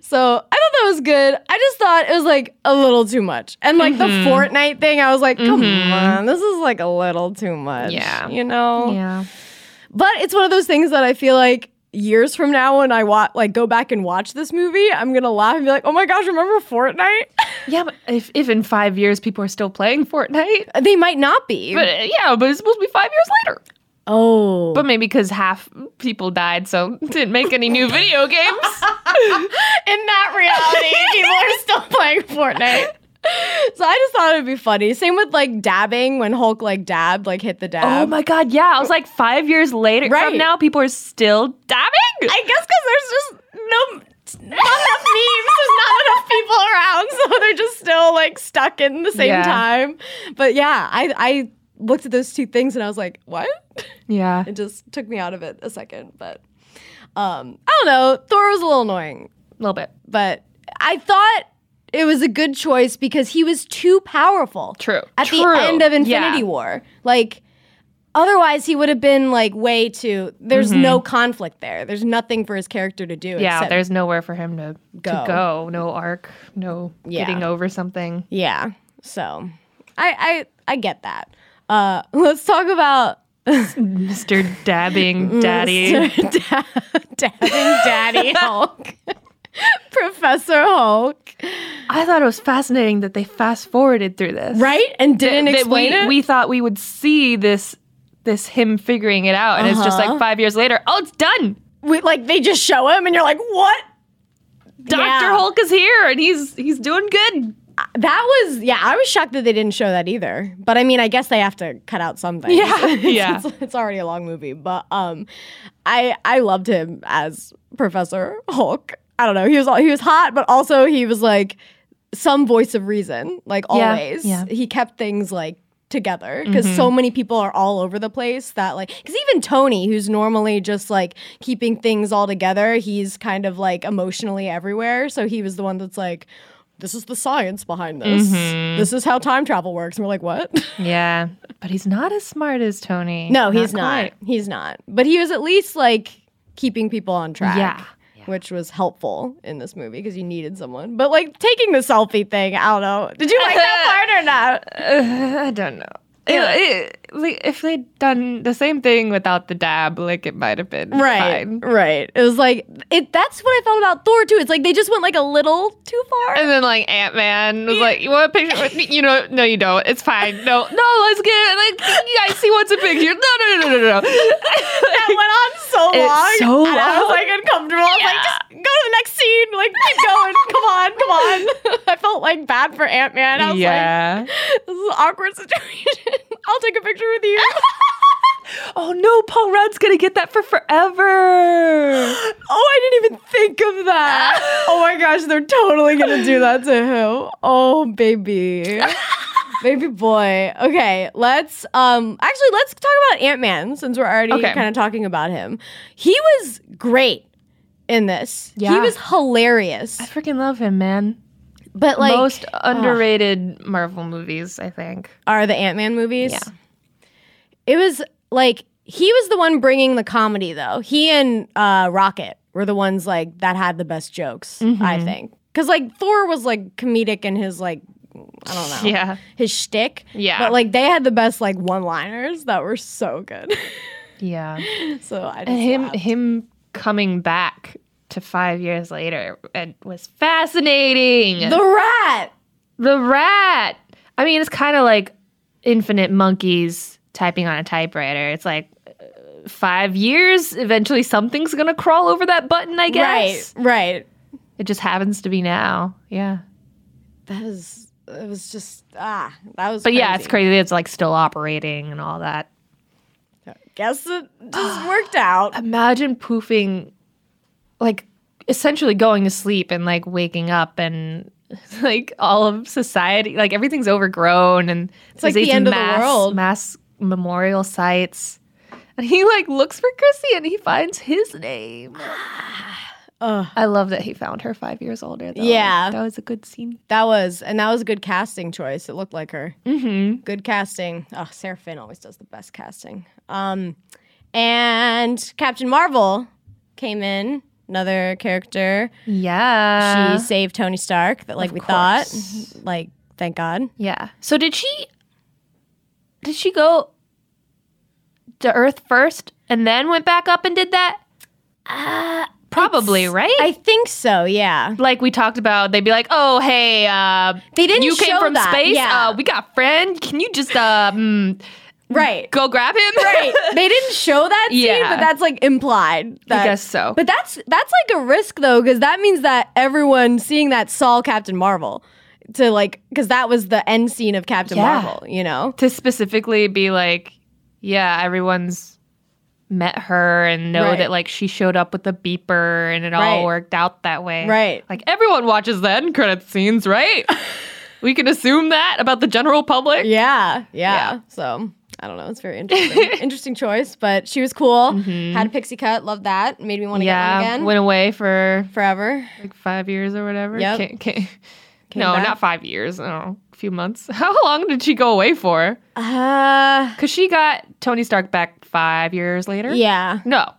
So I thought that was good. I just thought it was like a little too much. And like
Mm-hmm.
the Fortnite thing, I was like, come on, this is like a little too much.
Yeah.
You know?
Yeah.
But it's one of those things that I feel like years from now when I wa- like go back and watch this movie, I'm gonna laugh and be like, oh my gosh, remember Fortnite? <laughs>
Yeah, but if, if in five years people are still playing Fortnite,
they might not be.
Uh, but uh, yeah, but it's supposed to be five years later.
oh.
But maybe because half people died, so <laughs> didn't make any new video games. <laughs>
in that reality, <laughs> people are still playing Fortnite. So I just thought it'd be funny. Same with like dabbing when Hulk like dabbed, like hit the dab.
oh my god, yeah! I was like, five years later
Um, Right.
from now, people are still dabbing.
I guess because there's just no not enough memes. There's not enough people around, so they're just still like stuck in the same
Yeah.
time. But yeah, I I looked at those two things and I was like, what?
yeah,
It just took me out of it a second. But um, I don't know. Thor was a little annoying,
a little bit.
but I thought it was a good choice because he was too powerful.
True.
At
True.
the end of Infinity
Yeah.
War, like. Otherwise, he would have been like way too. There's no conflict there. There's nothing for his character to do.
Mm-hmm. Yeah,
except
there's nowhere for him to go. to
Go.
go. No arc. No
Yeah.
getting over
<laughs>
something.
Yeah. So I I I get that. Uh <laughs> let's talk about
Mister Dabbing Daddy.
<laughs> Da-
<laughs>
dabbing daddy Hulk. <laughs> Professor Hulk.
I thought it was fascinating that they fast forwarded through this.
Right? And didn't
that
explain
we,
it?
we thought we would see this this him figuring
Uh-huh.
it out and it's just like five years later oh it's done
We- like they just show him and you're like, what?
Doctor
Yeah.
Hulk is here and he's he's doing good.
That was yeah. I was shocked that they didn't show that either. But I mean, I guess they have to cut out something.
Yeah.
<laughs>
<laughs>
it's,
Yeah.
It's, it's already a long movie, but um, I I loved him as Professor Hulk. I don't know. He was all, he was hot, but also he was like some voice of reason. Like
Yeah.
always,
Yeah. Mm-hmm.
he kept things like together because so many people are all over the place that like because even tony who's normally just like keeping things all together he's kind of like emotionally everywhere so he was the one that's like this is the science behind this
Mm-hmm.
this is how time travel works and we're like what <laughs>
Yeah, but he's not as smart as Tony.
no he's not
quite.
he's not but he was at least like keeping people on track
Yeah.
Which was helpful in this movie because you needed someone. But like taking the selfie thing, I don't know. Did you like that part or not?
Uh, I don't know. It- it- like, if they'd done the same thing without the dab, like it might have been <laughs>
Right,
fine.
right. It was like it. That's what I felt about Thor too. It's like they just went like a little too far.
And then like Ant Man was like, "You want a picture with me?" You know, no, you don't. It's fine. No, no, let's get it. Like, you guys see what's a picture? No, no, no, no, no, no.
<laughs> That went on so
It's
long.
so
and I was
long.
like uncomfortable. I was like, just go to the next scene. Like, keep
<laughs>
going. come on, come on. <laughs> I felt like bad for Ant Man. I was
yeah.
like, this is an awkward <laughs> situation. I'll take a picture with you.
oh no, Paul Rudd's gonna get that for <gasps> forever.
oh, I didn't even think
<laughs>
of that. oh my gosh, they're totally gonna do that to him. Oh,
<laughs>
baby. Baby boy. Okay, let's um actually let's talk about Ant-Man since we're already
Okay.
kind of talking about him. He was great in this. He
Yeah.
was hilarious.
I freaking love him, man.
But like
Most underrated Marvel movies, I think.
are the Ant-Man movies.
Yeah.
It was like he was the one bringing the comedy though. He and uh, Rocket were the ones like that had the best jokes, I
Mm-hmm.
think. Cuz like Thor was like comedic in his like I don't know.
Yeah.
His shtick.
Yeah.
But like they had the best like one-liners that were so good. <laughs>
Yeah.
so I just
And him
laughed.
him coming back to five years later and was fascinating.
the rat.
The rat. I mean, it's kind of like infinite monkeys typing on a typewriter. It's like uh, five years. Eventually, something's gonna crawl over that button. I guess
Right. Right.
it just happens to be now. Yeah,
That was it was just ah, that was
but yeah, it's crazy. It's like still operating and all that.
Guess it just worked out.
Imagine poofing, like essentially going to sleep and like waking up and. <laughs> Like all of society, like everything's overgrown, and it's
like the end of the
mass,
world.
Mass memorial sites, and he like looks for Chrissy, and he finds his name.
<sighs> Ugh.
I love that he found her five years older. Though.
Yeah.
that was a good scene.
That was, and that was a good casting choice. It looked like her.
Mm-hmm.
Good casting. Oh, Sarah Finn always does the best casting. Um, and Captain Marvel came in, another character.
Yeah,
she saved Tony Stark, that like we
Uh, course.
thought. mm-hmm, Like, thank God.
yeah. So did she? Did she go to Earth first and then went back up and did that? Probably right.
Uh, I think so. Yeah,
like we talked about, they'd be like, "Oh, hey, uh,
they didn't.
you came
show
from
that.
space.
Yeah,
Uh, we got a friend. Can you just uh, mm,
right.
go grab him?" <laughs>
right. They didn't show that scene,
Yeah.
but that's like implied. That,
guess so.
But that's that's like a risk though, because that means that everyone seeing that saw Captain Marvel to like because that was the end scene of Captain
Yeah.
Marvel. You know,
to specifically be like, yeah, everyone's met her and know
Right.
that like she showed up with a beeper and it
Right.
all worked out that way.
Right.
Like everyone watches the end credit scenes,
<laughs>
right? we can assume that about the general public.
yeah, yeah,
Yeah.
So. I don't know. It's
<laughs>
very interesting. interesting choice, but she was cool. Had a pixie cut. Loved that. Made me want
Mm-hmm.
to
Yeah,
get one again
went away for
forever.
like five years or whatever.
Yep.
Can't- can't- no,
back.
not five years. Oh, a few months. <laughs> How long did she go away for?
Uh,
Because she got Tony Stark back five years later.
yeah.
No.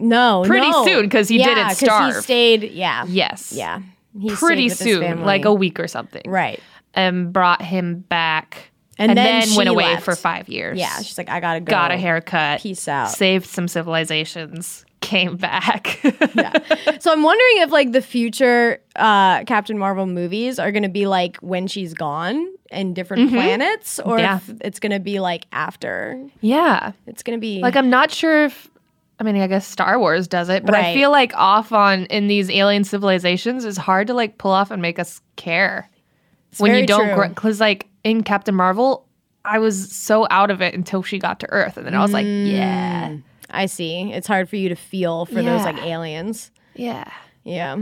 No.
Pretty
no.
soon, 'cause he
Yeah,
didn't
'cause He
starve.
stayed. Yeah.
Yes.
Yeah. He stayed
Pretty
with his
soon, like a
family.
week or something.
right.
and um, brought him back
And
and,
then
then,
she
went away
left.
for five years.
Yeah, she's like, I gotta go.
got a haircut,
Peace out.
saved some civilizations, <laughs> came back.
So I'm wondering if like the future uh, Captain Marvel movies are gonna be like when she's gone and different planets, or
Mm-hmm. Yeah.
if it's gonna be like after.
<laughs> yeah. uh
It's gonna be
Like, I'm not sure if I mean, I guess Star Wars does it, but I
Right.
feel like off on in these alien civilizations is hard to like pull off and make us care when
very
you don't.
true.
Because like in Captain Marvel, I was so out of it until she got to Earth, and then I was like,
Mm.
yeah,
I see. It's hard for you to feel for those
Yeah.
like aliens.
yeah. <laughs>
Yeah.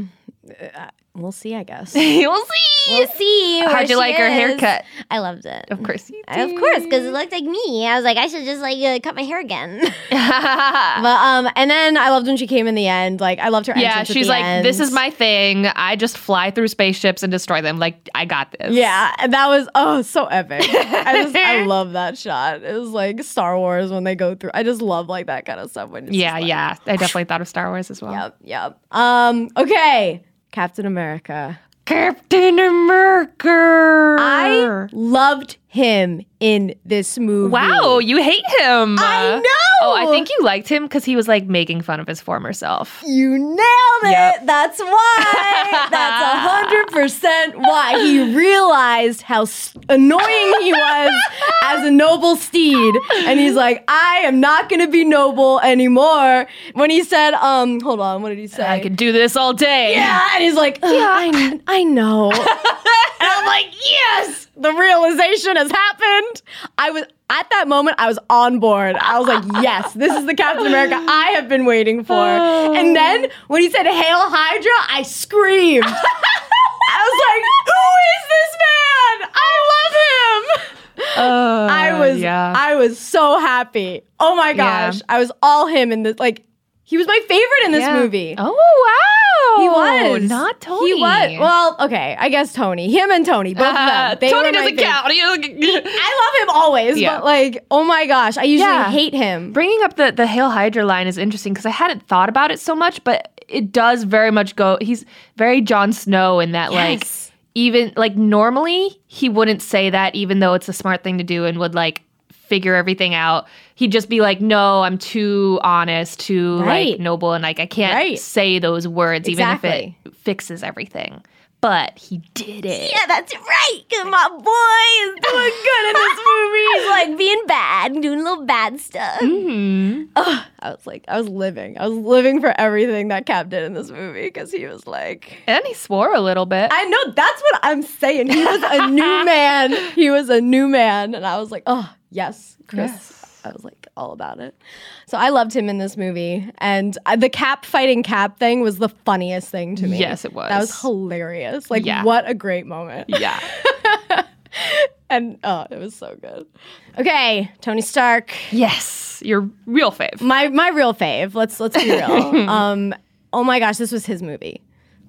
Uh, we'll see, I guess. <laughs>
You'll see.
We'll see. where
How'd
she
you like her
is.
haircut?
I loved it.
Of course
<laughs>
you <laughs>
Of
did.
course, because it looked like me. I was like, I should just like uh, cut my hair again. <laughs>
but um and then I loved when she came in the end. Like I loved her
Yeah,
entrance at
she's
the
like, this
end.
is my thing. I just fly through spaceships and destroy them. Like, I got this.
<laughs> Yeah, and that was oh so epic. I
<laughs>
just I love that shot. It was like Star Wars when they go through. I just love like that kind of stuff. When it's just
Yeah,
like-
yeah. I definitely thought of Star Wars as well.
yep, yep. Um, okay, Captain America.
Captain America.
I loved him in this movie.
Wow, you hate him.
I know.
Oh, I think you liked him because he was like making fun of his former self.
You nailed it.
Yep.
That's
<laughs>
why. That's a hundred percent why he realized how s- annoying he was as a noble steed, and he's like, "I am not going to be noble anymore." When he said, "Um, hold on, what did he say?"
I could do this all day.
yeah, and he's like, "Ugh, I, I know." <laughs> and I'm like, "Yes, the realization has happened." I was at that moment, I was on board. I was like, "Yes, this is the Captain America I have been waiting for." And then when he said "Hail Hydra," I screamed. I was like, "Who is this man? I love him."
Uh,
I was
Yeah.
I was so happy. Oh my
Yeah.
gosh, I was all him in this like he was my favorite in this
Yeah.
movie.
Oh wow.
He was
not Tony.
He was. Well, okay, I guess Tony. Him and Tony, both
Uh, <laughs>
of them. They
Tony
were my
doesn't
fav-
count. He-
I love him always,
Yeah.
but like, oh my gosh, I usually
Yeah.
hate him.
Bringing up the the Hail Hydra line is interesting because I hadn't thought about it so much, but it does very much go. He's very Jon Snow in that
Yes.
like even like normally he wouldn't say that even though it's a smart thing to do and would like figure everything out. He'd just be like, "No, I'm too honest, too
Right.
like noble, and like I can't
Right.
say those words
Exactly.
even if it fixes everything." But he did it.
yeah, that's right. 'cause my boy is doing
<laughs>
good in this movie. He's like being bad, and doing little bad stuff.
Mm. I was like, I was living. I was living for everything that Cap did in this movie because he was like
<laughs> And he swore a little bit.
I know that's what I'm saying. He was
<laughs>
a new man. He was a new man. And I was like, oh, yes, Chris. I was like, all about it. So I loved him in this movie. And uh, the cap fighting cap thing was the funniest thing to me.
Yes, it was.
That was hilarious. Like,
Yeah.
what a great moment.
yeah.
And oh, it was so good. Okay, Tony Stark.
yes, your real fave.
My my real fave. Let's let's
<laughs>
be real. um, oh my gosh, this was his movie.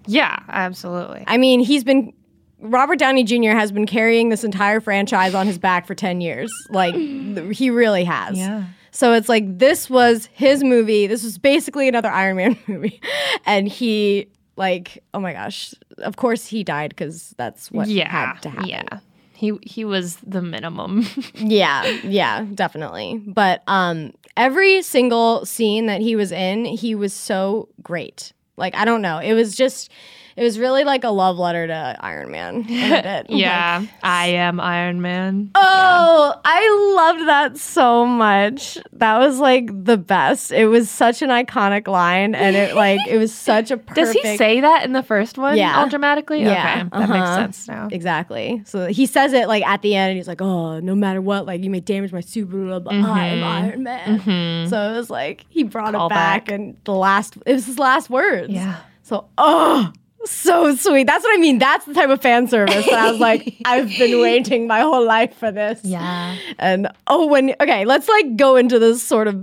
Yeah, absolutely.
I mean, he's been Robert Downey Jr. has been carrying this entire franchise on his back for 10 years.
<gasps>
Like th- he really has.
Yeah.
So it's like this was his movie. This was basically another Iron Man <laughs> movie. And he like, oh my gosh. Of course he died cuz that's what
yeah,
had to happen.
yeah. He he was the minimum. <laughs>
Yeah, yeah, definitely. But um every single scene that he was in, he was so great. Like I don't know. It was just it was really like a love letter to Iron
<laughs>
Man. in a bit.
yeah, I am Iron Man.
Oh, I loved that so much. That was like the best. It was such an iconic line and it like it was such a perfect
Does he say that in the first one?
Yeah.
all dramatically.
Yeah,
okay, that makes
uh-huh.
sense now.
Exactly. So he says it like at the end, and he's like, "Oh, no matter what, like you may damage my Subaru, but I
Mm-hmm.
am Iron Man." So it was like he brought
Call
it back,
back.
and the last it was his last words.
Yeah.
So oh, so sweet. That's what I mean. That's the type of fan service that I was
<laughs>
like, I've been waiting my whole life for this.
Yeah.
And oh, when okay, let's like go into this sort of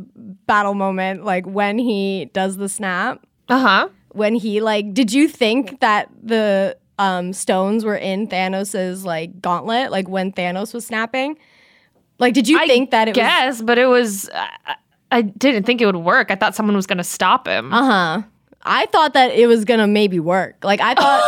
battle moment, like when he does the snap
Uh huh.
when he like did you think that the um stones were in Thanos's like gauntlet like when Thanos was snapping like did you
I
think that it was
guess, but it was. I- I, I didn't think it would work. I thought someone was going to stop him.
uh-huh I thought that it was gonna maybe work like
<laughs>
I thought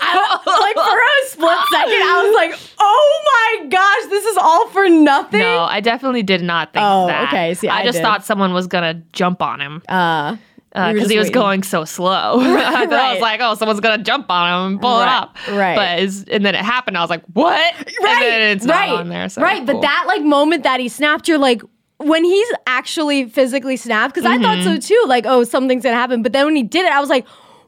I, like for a split second I was like oh my gosh this is all for nothing
no, I definitely did not think
Oh,
that.
okay, see, I
just
did.
thought someone was going to jump on him
uh you were
because
just
he was
waiting.
going so slow. <laughs> I, thought I
right.
was like, oh, someone's gonna jump on him and pull
Right,
it up.
right.
But it's, and then it happened. I was like, what? Right. And then it's not on there. So
right,
cool.
but that like moment that he snapped, you're like, when he's actually physically snapped, because I
Mm-hmm.
thought so too, like, oh, something's gonna happen. But then when he did it, I was like,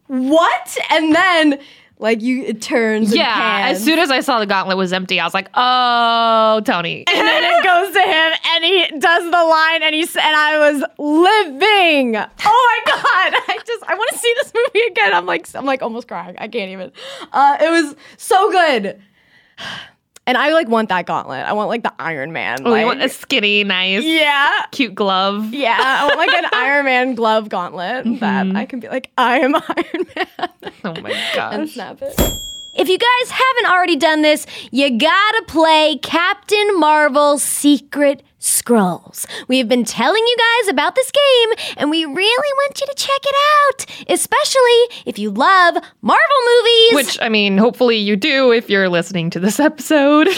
what? And then like you it turns. and
Yeah.
pans.
As soon as I saw the gauntlet was empty, I was like, oh, Tony. <laughs>
and then it goes to him and he does the line and he s- and I was living. Oh my god. <laughs> I just I want to see this movie again. I'm like I'm like almost crying. I can't even. Uh it was so good. <sighs> And I like want that gauntlet. I want like the Iron Man.
Oh,
like,
you want a skinny, nice,
yeah.
cute glove.
Yeah, <laughs> I want like an Iron Man glove gauntlet that I can be like, I am <laughs> Iron Man.
Oh my
<laughs>
gosh.
Snap it.
If you guys haven't already done this, you gotta play Captain Marvel Secret Scrolls. We have been telling you guys about this game, and we really want you to check it out, especially if you love Marvel movies.
Which, I mean, hopefully you do if you're listening to this episode.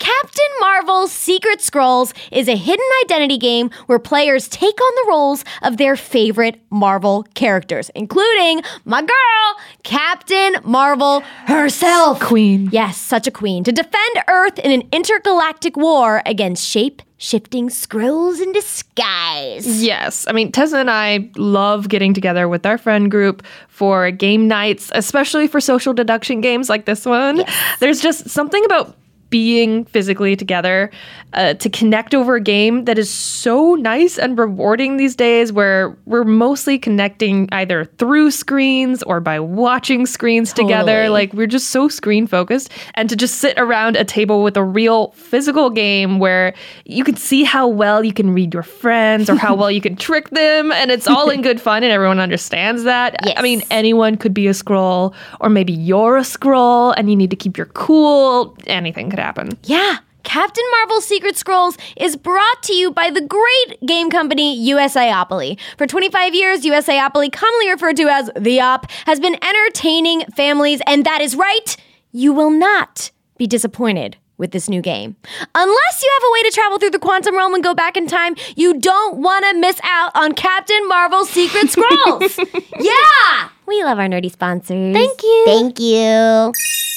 Captain Marvel's Secret Scrolls is a hidden identity game where players take on the roles of their favorite Marvel characters, including my girl, Captain Marvel herself.
Queen.
Yes, such a queen. To defend Earth in an intergalactic war against shape shifting scrolls in disguise.
Yes. I mean, Tessa and I love getting together with our friend group for game nights, especially for social deduction games like this one. There's just something about being physically together uh, to connect over a game that is so nice and rewarding these days where we're mostly connecting either through screens or by watching screens together
Totally.
like we're just so screen focused and to just sit around a table with a real physical game where you can see how well you can read your friends or how well you can trick them and it's all in good fun and everyone understands that i
Yes.
mean anyone could be a scroll or maybe you're a scroll and you need to keep your cool anything could happen
Yeah. Captain Marvel's Secret Scrolls is brought to you by the great game company USAopoly. For 25 years, USAopoly, commonly referred to as The Op, has been entertaining families, and that is right. You will not be disappointed with this new game. Unless you have a way to travel through the quantum realm and go back in time, you don't want to miss out on Captain Marvel's Secret <laughs> Scrolls. yeah! We love our nerdy sponsors. Thank you. Thank you.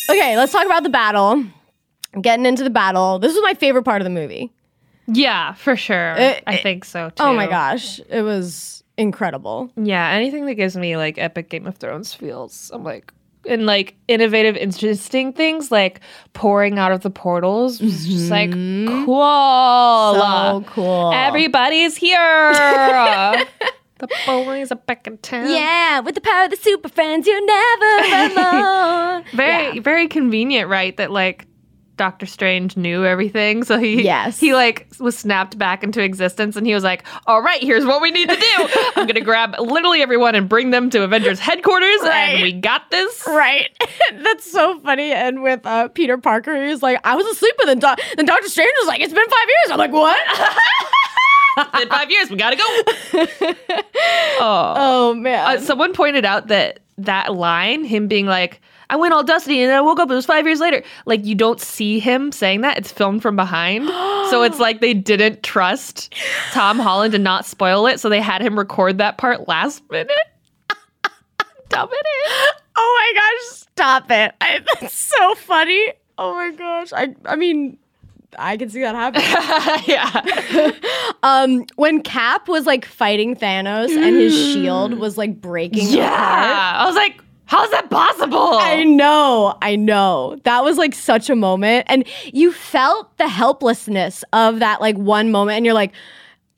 Okay, let's talk about the battle. I'm getting into the battle. This was my favorite part of the movie.
yeah for sure
Uh,
i think so too
Oh my gosh, it was incredible.
yeah anything that gives me like epic game of thrones feels i'm like and like innovative interesting things like pouring out of the portals was just like cool
Mm-hmm. So cool.
everybody's
<laughs>
here the bowling's a back in town
Yeah, with the power of the super friends, you're
<laughs>
never alone.
very very convenient right that like Doctor Strange knew everything, so he
Yes.
he like was snapped back into existence, and he was like, "All right, here's what we need to do. I'm gonna grab literally everyone and bring them to Avengers headquarters, and
Right.
we got this."
Right. <laughs> That's so funny. And with uh, Peter Parker, he was like, I was asleep, and then, doc then Doctor Strange was like, It's been five years. I'm like, What? <laughs>
in five years, we gotta go. oh.
oh, man.
Uh, <laughs> someone pointed out that that line, him being like, I went all dusty and then I woke up, it was five years later. Like, you don't see him saying that. It's filmed from <gasps> behind. so it's like they didn't trust Tom Holland to not spoil it. So they had him record that part last minute. Dumb it
oh, my gosh. Stop it. I, <laughs> that's so funny. Oh, my gosh. I, I mean, I can see that happen.
is. <laughs> <laughs> yeah.
Um, when Cap was like fighting Thanos and his shield was like breaking apart.
Yeah. I was like, how's that possible?
I know, I know. That was like such a moment. And you felt the helplessness of that like one moment, and you're like,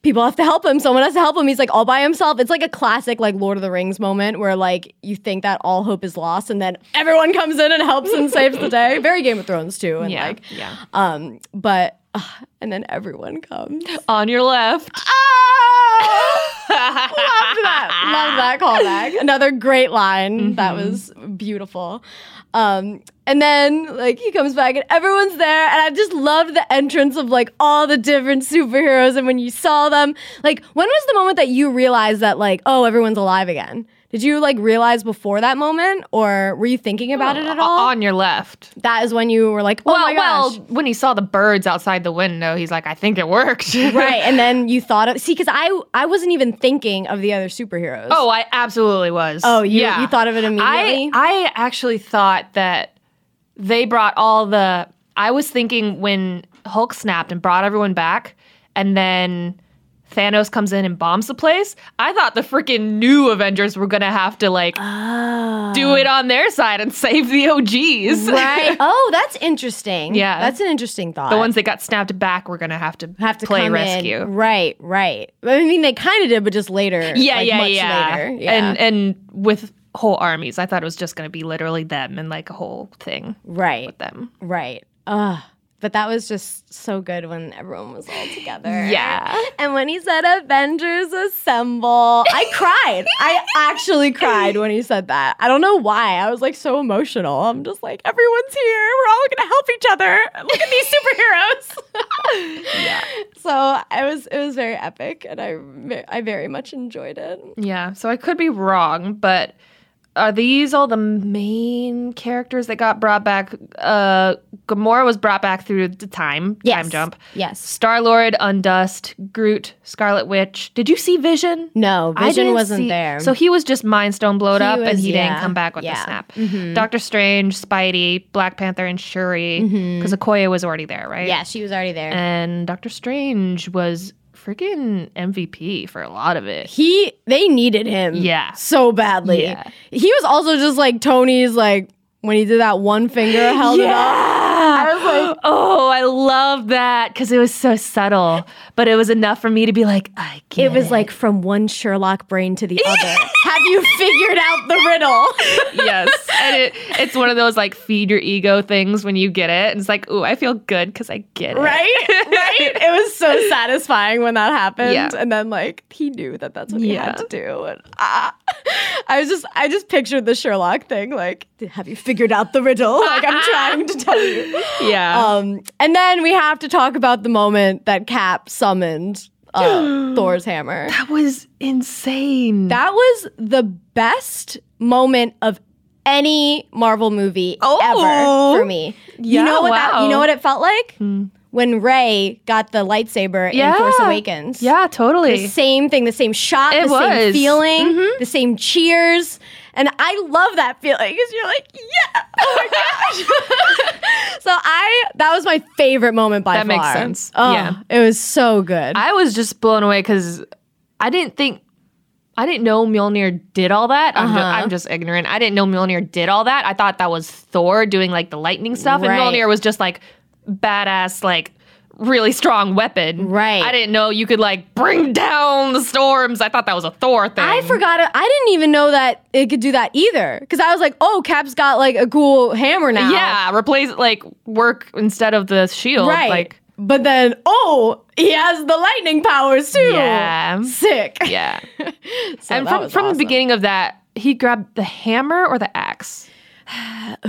people have to help him. Someone has to help him. He's like all by himself. It's like a classic like Lord of the Rings moment where like you think that all hope is lost, and then everyone comes in and helps and saves the day. Very Game of Thrones too. And
yeah.
like,
yeah.
um, but ugh, and then everyone comes.
On your left. <laughs>
Loved that.
<laughs>
Love that callback. Another great line. That
Mm-hmm.
was beautiful. Um, and then like he comes back and everyone's there, and I just loved the entrance of like all the different superheroes. And when you saw them, like when was the moment that you realized that like oh everyone's alive again? Did you like realize before that moment, or were you thinking about it at all?
Oh, On your left.
that is when you were like, oh
well,
my gosh.
well, when he saw the birds outside the window, he's like, I think it worked. <laughs>
right, <laughs> and then you thought of see because I I wasn't even thinking of the other superheroes.
oh, I absolutely was.
Oh, you- you thought of it immediately?
I, I actually thought that they brought all the. I was thinking when Hulk snapped and brought everyone back. and then Thanos comes in and bombs the place. I thought the freaking new Avengers were gonna have to like do it on their side and <laughs> save the <laughs> OGs.
Oh. Right. <laughs> oh, that's interesting.
Yeah.
That's an interesting thought.
the ones that got snapped back were gonna have to
have to
play
come in.
rescue.
Right, right. I mean, they kind of did, but just later.
Yeah,
like,
yeah,
much
yeah.
Later. Yeah.
And and with whole armies. I thought it was just gonna be literally them and like a whole thing
right,
with them.
right. Ugh. But that was just so good when everyone was all together.
Yeah.
And when he said Avengers Assemble, I cried. I actually cried when he said that. I don't know why. I was like so emotional. I'm just like, everyone's here. We're all going to help each other. Look at these <laughs> superheroes.
<laughs>
yeah. So I was, it was very epic and I, ve- I very much enjoyed it.
Yeah. So I could be wrong, but are these all the main characters that got brought back? Uh Gamora was brought back through the time time jump.
Yes.
Star Lord, Undust, Groot, Scarlet Witch. Did you see Vision?
No,
I
Vision
didn't
wasn't
see-
there.
So he was just mind stone blowed
He
up and
was-
he
yeah,
didn't come back with
yeah. Mm-hmm.
the snap. Doctor Strange, Spidey, Black Panther, and Shuri. Because Okoye was already there, right?
Mm-hmm. yeah, she was already there.
And Doctor Strange was freaking MVP for a lot of it.
he they needed him
Yeah.
so badly
Yeah.
he was also just like tony's like when he did that
<laughs>
one finger held it up
I
was like-
oh, I love that because it was so subtle, but it was enough for me to be like, I get
it was like from one sherlock brain to the other have you figured out the
<laughs> <laughs>
riddle
yes. And it, it's one of those like feed your ego things when you get it. And it's like, ooh, I feel good because I get it.
right right it was so satisfying when that happened
Yeah.
and then like he knew that that's what he
Yeah.
had to do and ah. i was just i just pictured the sherlock thing like have you figured out the riddle like
<laughs>
i'm trying to tell you
Yeah.
Um, and then we have to talk about the moment that Cap summoned
<gasps>
uh, Thor's hammer.
that was insane.
That was the best moment of any Marvel movie
Oh.
ever for me.
Yeah,
you know what that,
wow. Hmm.
you know what it felt like? When Ray got the lightsaber
Yeah.
in Force Awakens.
yeah, totally.
The same thing, the same shot,
It
the same
was. Mm-hmm.
feeling, the same cheers. And I love that feeling because you're like, yeah, oh my gosh. <laughs> so I, that was my favorite moment by
That
far.
makes sense.
Oh,
Yeah.
It was so good.
I was just blown away because I didn't think. I didn't know Mjolnir did all that. I'm, ju-
Uh-huh.
I'm just ignorant. I didn't know Mjolnir did all that. I thought that was Thor doing like the lightning stuff, and
Right.
Mjolnir was just like badass, like really strong weapon.
Right.
I didn't know you could like bring down the storms. I thought that was a Thor thing.
I forgot. It. I didn't even know that it could do that either. Because I was like, "Oh, Cap's got like a cool hammer now."
Yeah, replace like work instead of the shield.
right.
Like
but then, oh, he has the lightning powers too.
yeah,
sick.
yeah.
So
and
Oh, that
from
was
from
awesome.
the beginning of that, he grabbed the hammer or the axe.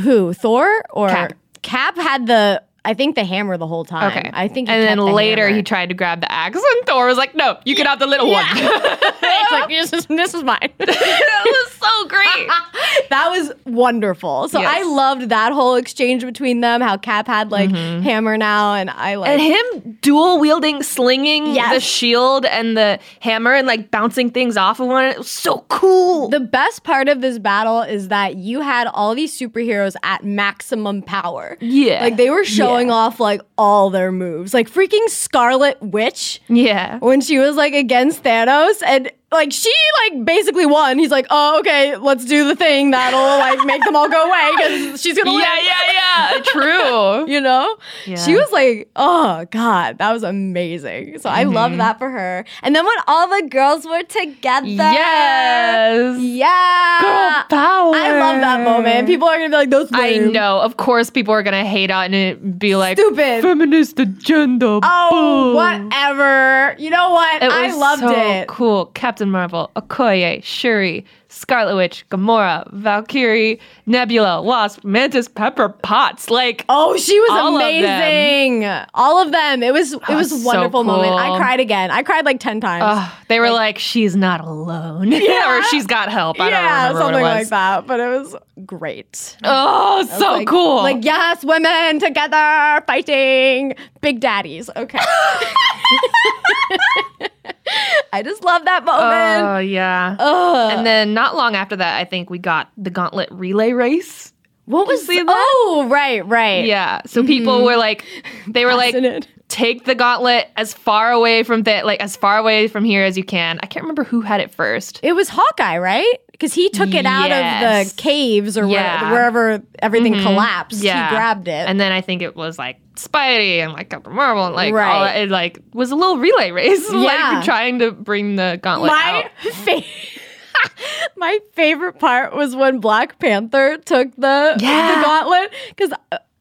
Who? Thor or
Cap.
Cap had the I think the hammer the whole time.
Okay.
I think, he
and then
kept the
later
hammer.
he tried to grab the axe, and Thor was like, "No, you can have the little one."
It's like, this is, this is mine.
that was so great.
<laughs> that was wonderful. So
Yes.
I loved that whole exchange between them. How Cap had like hammer now, and I like
<laughs> Mm-hmm. And him dual wielding, slinging
Yes.
the shield and the hammer, and like bouncing things off of one. It was so cool.
The best part of this battle is that you had all these superheroes at maximum power.
Yeah.
Like they were showing off like all their moves. Like freaking Scarlet Witch
yeah.
when she was like against Thanos and like she like basically won. He's like, "Oh, okay, let's do the thing that'll like make them all go away cuz she's going to
Yeah,
win." <laughs>
yeah, yeah. True.
You know? She
Yeah.
was like, "Oh god, that was amazing." So I love that for her. And then when all the girls were together.
yes.
Yeah.
Girl power.
I love that moment. People are gonna be like, "Those
I
lame."
know. Of course, people are gonna hate on it and be like,
Stupid.
feminist agenda."
Oh,
boo."
whatever. You know what?
It
I
was
loved
so
it.
Cool. Captain Marvel, Okoye, Shuri, Scarlet Witch, Gamora, Valkyrie, Nebula, Wasp, Mantis, Pepper Potts. Like,
Oh, she was
All of them. Oh,
amazing. All of them. It was it was a
so
wonderful moment. I
cool.
cried again. I cried like ten times.
ugh, they were like, she's not alone, <laughs> or she's got help. I don't
yeah,
remember
something
what it
like
was.
that. But it was great.
Oh, so
Like-
cool.
Like yes, women together fighting big daddies.
<laughs>
Okay. I just love that moment.
oh yeah.
Ugh.
And then not long after that, I think we got the Gauntlet Relay Race.
what was
see that?
Oh, right, right. Mm-hmm.
Yeah. So people were like, they were like,
Isn't it?
take the gauntlet as far away from that, like as far away from here as you can. I can't remember who had it first.
It was Hawkeye, right? Because he took it out of
Yes.
the caves or
Yeah. Mm-hmm.
wherever, wherever everything collapsed.
Yeah.
He grabbed it.
And then I think it was like Spidey and like Captain Marvel and like all
Right.
that. It like was a little relay race, <laughs>
Yeah.
like trying to bring the gauntlet out.
my <laughs> fa- <laughs> my favorite part was when Black Panther took the, the
Yeah.
gauntlet because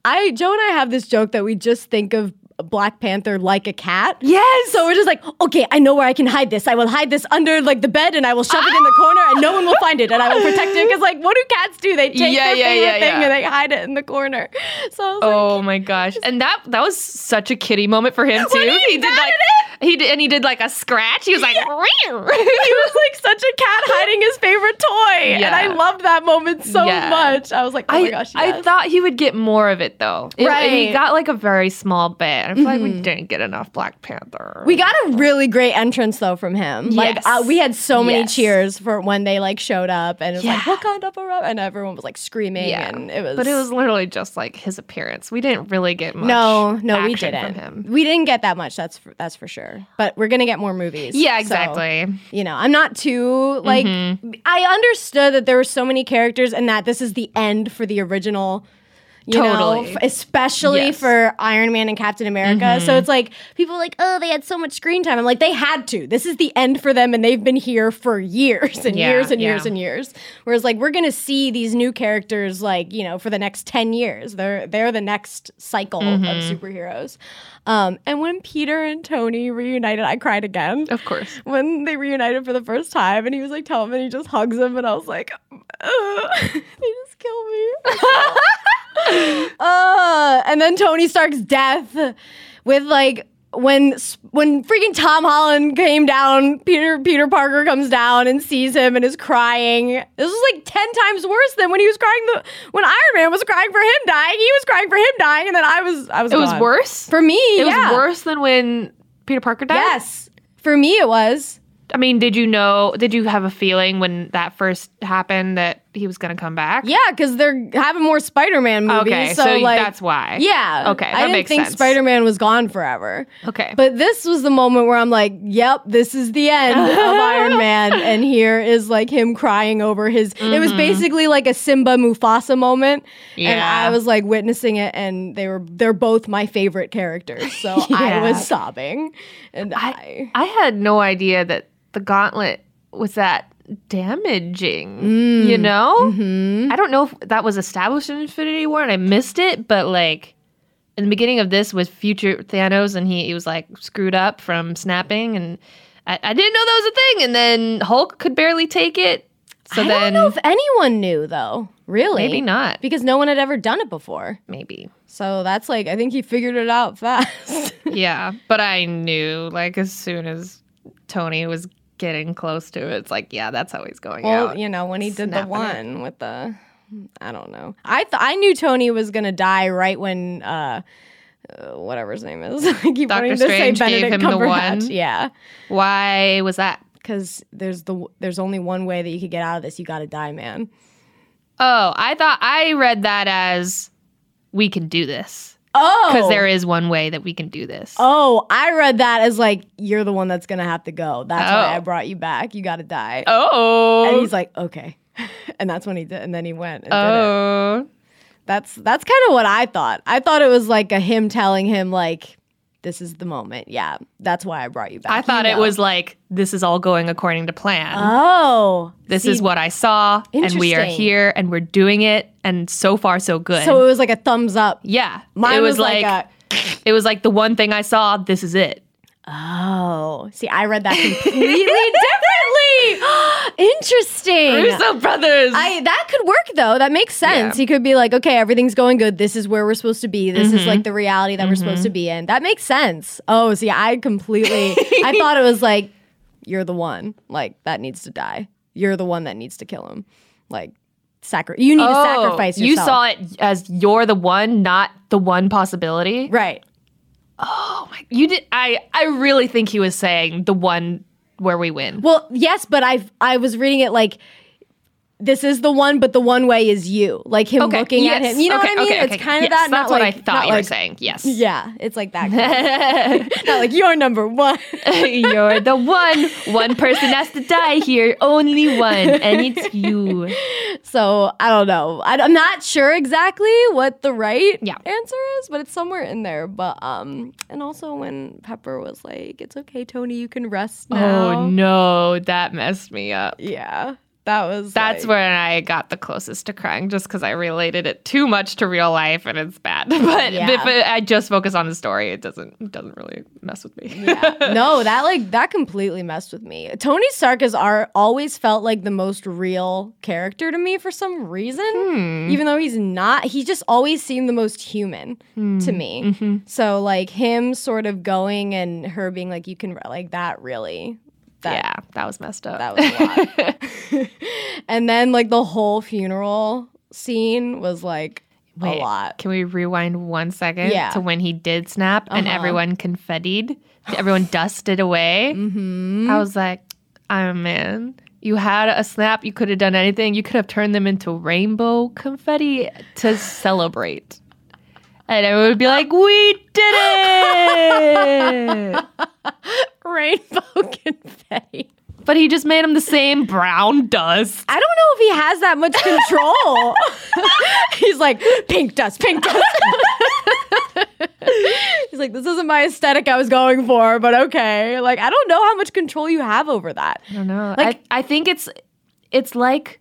I Joe and I have this joke that we just think of Black Panther like a cat.
Yes.
So we're just like, okay, I know where I can hide this. I will hide this under like the bed, and I will shove it in the corner, and no one will find it, and I will protect it. Because like, what do cats do? They take
Yeah,
their
yeah,
favorite
yeah,
thing
yeah.
and they hide it in the corner. So I was like,
Oh my gosh! And that that was such a kitty moment for
<laughs>
him too. He did like he did, and he did like a scratch. He was like, Oh.
he was like such a cat hiding his favorite toy, and I
Yeah.
loved that moment so
Yeah.
much. I was like, <laughs>
<laughs>
oh
I,
my gosh,
I
yes.
thought he would get more of it though. It-
Right. Mm-hmm.
he got like a very small bit. I feel like we didn't get enough Black Panther.
We got a really great entrance though from him. Like
Yes.
uh, we had so many
Yes.
cheers for when they like showed up and it was
Yeah.
like Wakanda forever, and everyone was like screaming
Yeah.
and it was.
but it was literally just like his appearance. We didn't really get much.
no, no, we
action From
didn't.
him.
We didn't get that much. That's for, that's for sure. But we're gonna get more movies.
Yeah,
So,
exactly.
you know, I'm not too like
Mm-hmm.
I understood that there were so many characters and that this is the end for the original. You
Totally.
know, f- especially
Yes. Mm-hmm.
for Iron Man and Captain America. So it's like people are like, oh, they had so much screen time. I'm like, they had to. This is the end for them, and they've been here for years and
Yeah,
years and years
yeah.
and years. Whereas like we're gonna see these new characters like you know for the next ten years. They're they're the next cycle of
Mm-hmm.
superheroes. Um, and when Peter and Tony reunited, I cried again
Of course.
when they reunited for the first time and he was like tell him and he just hugs him and I was like "Ugh." <laughs> they just killed me <laughs> uh, and then Tony Stark's death with like when when freaking Tom Holland came down Peter Peter Parker comes down and sees him and is crying this was like 10 times worse than when he was crying the when Iron Man was crying for him dying he was crying for him dying and then I was I was
It was
gone.
worse.
for me
It
yeah
was worse than when Peter Parker died.
yes for me it was
I mean, did you know? Did you have a feeling when that first happened that he was going to come back?
Yeah, because they're having more Spider-Man movies.
Okay,
so,
so
like
that's why.
Yeah.
Okay,
I
that
didn't
makes
think
sense.
Spider-Man was gone forever.
Okay.
But this was the moment where I'm like, yep, this is the end
<laughs>
of Iron Man. And here is like him crying over his. It
Mm-hmm.
was basically like a Simba Mufasa moment. And
Yeah.
I was like witnessing it, and they were they're both my
<laughs>
favorite characters. So I
Yeah.
was sobbing, and I.
I had no idea that the gauntlet was that damaging.
Mm.
You know,
Mm-hmm.
I don't know if that was established in Infinity War and I missed it, but like in the beginning of this was future Thanos and he, he was like screwed up from snapping, and I, I didn't know that was a thing. And then Hulk could barely take it, so
I
then
don't know if anyone knew though. Really?
maybe not,
Because no one had ever done it before.
maybe.
So that's like I think he figured it out fast.
<laughs>
<laughs>
yeah, but I knew like as soon as Tony was getting close to it, it's like yeah, that's how he's going
well,
out.
you know when he did the
Snapping it.
one with the I don't know. I th- I knew Tony was gonna die right when uh, uh whatever his name is. <laughs> I keep
Doctor
wanting to say
Strange gave
Benedict
him the
Cumberbatch.
one.
Yeah,
Why was that?
because there's the w- there's only one way that you could get out of this. You got to die, man.
Oh, I thought I read that as we can do this
Oh,
because there is one way that we can do this.
Oh, I read that as like you're the one that's gonna have to go. That's why
Oh.
I brought you back. You got to die.
Oh,
And he's like, okay. <laughs> And that's when he did. And then he went. And did it.
oh,
That's that's kind of what I thought. I thought it was like a him telling him like this is the moment. Yeah, that's why I brought you back.
I
You
thought it
know.
was like this is all going according to plan.
Oh,
this
see,
is what I saw, and we are
Interesting.
here, and we're doing it, and so far so good.
So it was like a thumbs up.
yeah,
Mine
it
was, like,
it was like the one thing I saw. This is it.
a, oh. See, I read that completely <laughs> differently. <gasps> Interesting.
Russo brothers.
I that could work though. That makes sense.
Yeah.
He could be like, okay, everything's going good. This is where we're supposed to be. This is
Mm-hmm.
like the reality that we're supposed to be in. That makes sense. Oh, see, I completely
<laughs>
I thought it was like, you're the one. Like that needs to die. You're the one that needs to kill him. Like sacri- you need to sacrifice yourself.
Oh, You saw it as you're the one, not the one possibility.
Right.
You did. I I really think he was saying the one where we win.
Well, yes, but I I was reading it like this is the one, but the one way is you. Like him
Okay.
looking at
yes.
him. You know
okay,
what I mean?
Okay,
it's
okay.
kind of
Yes,
that.
That's
not
what
like-
I thought
not
you were
like-
saying. Yes.
Yeah, it's
<laughs>
like that. kind of- not like you're number one.
You're the one. One person has to die here. Only one. And <laughs> it's you.
<laughs> So I don't know. I, am not sure exactly what the right
Yeah.
answer is, but it's somewhere in there. But um, and also when Pepper was like, "It's okay, Tony, you can rest now."
Oh, no. That messed me up.
Yeah, that was.
That's
like-
when I got the closest to crying just because I related it too much to real life and it's bad. <laughs> But
Yeah.
if I I just focus on the story, it doesn't it doesn't really mess with me. <laughs>
<laughs> Yeah. no, that like that completely messed with me. Tony Stark has are always felt like the most real character to me for some reason,
Hmm.
even though he's not. He just always seemed the most human to me. So like him sort of going and her being like, "You can re-" like that really." That
yeah, that was messed up. <laughs>
That was a lot. and then like the whole funeral scene was like
Wait,
a
<laughs>
lot.
Can we rewind one second
Yeah.
to when he did snap and
Uh-huh.
everyone confettied,
<sighs>
everyone dusted away?
Mm-hmm.
I was like, oh man, you had a snap. You could have done anything. You could have turned them into rainbow confetti to celebrate. And everyone would be like, we did
<laughs>
it.
Rainbow confetti.
but he just made them the same brown dust.
I don't know if he has that much
<laughs>
control. He's like, pink dust, pink dust. <laughs> He's like, this isn't my aesthetic I was going for, but okay. Like, I don't know how much control you have over that.
I don't know. Like, I, I think it's it's like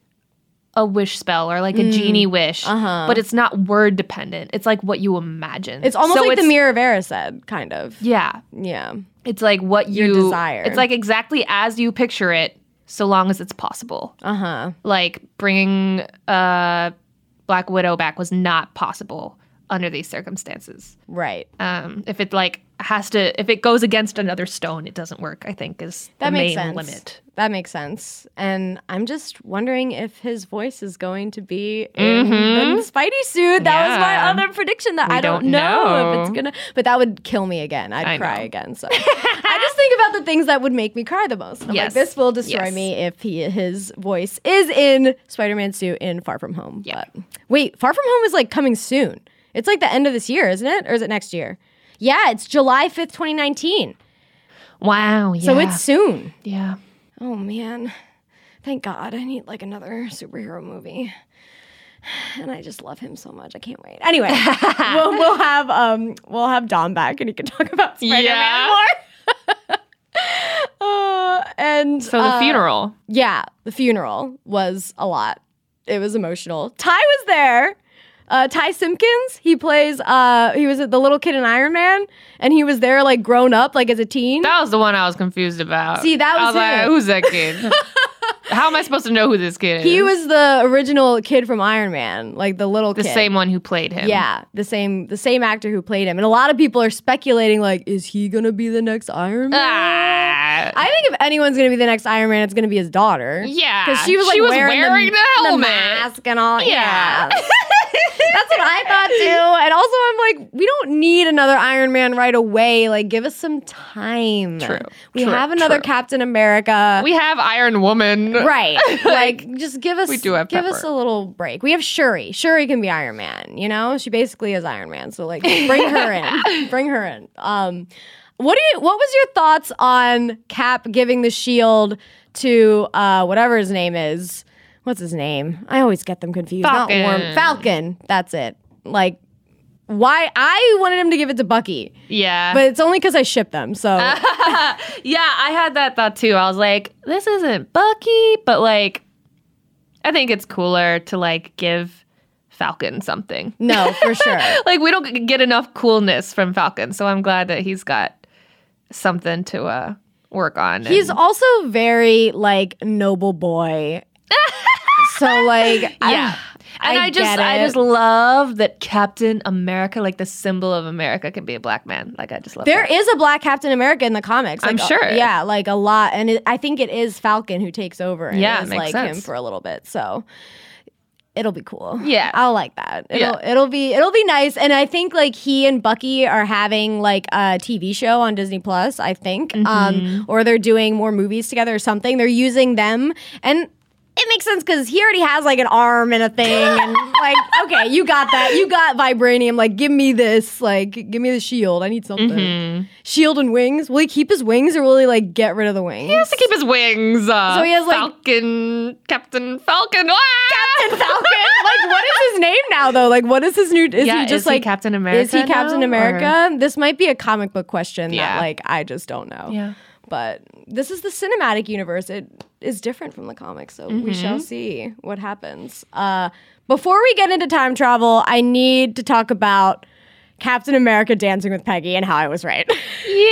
a wish spell or like
Mm.
a genie wish, but it's not word dependent. It's like what you imagine.
Uh-huh. It's almost
So
like the
it's-
Mirror of Era said, kind of.
Yeah,
Yeah.
it's like what
Your
you
desire.
It's like exactly as you picture it, so long as it's possible.
Uh
Uh-huh.
huh.
Like bringing uh, Black Widow back was not possible under these circumstances.
Right.
Um, if it like has to, if it goes against another stone, it doesn't work. I think is
That
the
makes
main
sense.
limit.
That makes sense. And I'm just wondering if his voice is going to be in the Spidey suit. That was
Mm-hmm. Yeah.
my other prediction that I don't,
don't
know,
know.
if it's gonna but that would kill me again. I'd
I
cry
know. <laughs>
again. So I just think about the things that would make me cry the most. And I'm
Yes.
like, this will destroy
Yes.
me if he his voice is in Spider Man suit in Far From Home.
Yeah.
But wait, Far From Home is like coming soon. It's like the end of this year, isn't it? Or is it next year? Yeah, it's July 5th, 2019.
Wow. Yeah.
So it's soon.
yeah.
Oh man. Thank God. I need like another superhero movie. And I just love him so much. I can't wait.
<laughs>
Anyway, we'll, we'll have um we'll have Dom back and he can talk about Spider-Man
Yeah.
more. <laughs> uh, and
So the
uh,
funeral.
Yeah, the funeral was a lot. It was emotional. Ty was there. Uh, Ty Simpkins, he plays uh he was the little kid in Iron Man and he was there like grown up like as a teen.
That was the one I was confused about.
See, that
I
was
was like,
it.
who's that kid?
<laughs>
How am I supposed to know who this kid is?
He was the original kid from Iron Man, like the little
the
kid.
same one who played him.
Yeah, the same the same actor who played him. And a lot of people are speculating like is he going to be the next Iron
Uh,
Man?
Ah.
I think if anyone's going to be the next Iron Man, it's going to be his daughter.
yeah.
Cuz she was like wearing, the-
wearing the, helmet.
mask and all.
Yeah. <laughs>
Yeah. That's what I thought too. And also I'm like we don't need another Iron Man right away. Like give us some time.
True,
We
true,
have another
true.
Captain America.
We have Iron Woman. <laughs>
Right. Like just give us
We do have
give
Pepper.
us a little break. We have Shuri. Shuri can be Iron Man, you know? She basically is Iron Man. So like bring
<laughs>
her in. Bring her in. Um what do you what was your thoughts on Cap giving the shield to uh whatever his name is? What's his name? I always get them confused.
Falcon.
Not Worm. Falcon. That's it. Like why I wanted him to give it to Bucky,
Yeah.
but it's only because I ship them. So
<laughs> yeah, I had that thought too. I was like, this isn't Bucky, but like, I think it's cooler to like give Falcon something.
no, for sure.
like we don't g- get enough coolness from Falcon, so I'm glad that he's got something to uh, work on.
He's
and-
also very like noble boy. so like
yeah. and
I
I, just
get
I
it.
just love that Captain America, like the symbol of America, can be a black man. Like I just love
there
that.
is a black Captain America in the comics.
I'm
like,
sure.
uh, yeah, like a lot, and it, I think it is Falcon who takes over. And
Yeah,
it is
makes
like him
sense.
for a little bit. So it'll be cool.
Yeah.
I'll like that. It'll
Yeah.
it'll be it'll be nice. And I think like he and Bucky are having like a TV show on Disney Plus.
Mm-hmm.
I think, um, or they're doing more movies together or something. They're using them and. it makes sense because he already has like an arm and a thing,
<laughs>
and like, okay, you got that. You got vibranium. Like, give me this. Like, give me the shield. I need something.
Mm-hmm.
Shield and wings. Will he keep his wings, or will he like get rid of the wings?
He has to keep his wings. Uh,
So he has, like-
Falcon, Captain Falcon. Ah!
Captain <laughs> Falcon.
<laughs>
like, what is his name now, though? Like, what is his new? Is
Yeah,
he
is
just
he
like
Captain America
Is he Captain
now,
America? This might be a comic book question
Yeah.
that, like, I just don't know.
Yeah.
But this is the cinematic universe. It is different from the comics, so
Mm-hmm.
we shall see what happens. Uh, before we get into time travel, I need to talk about Captain America dancing with Peggy and how I was
<laughs>
right.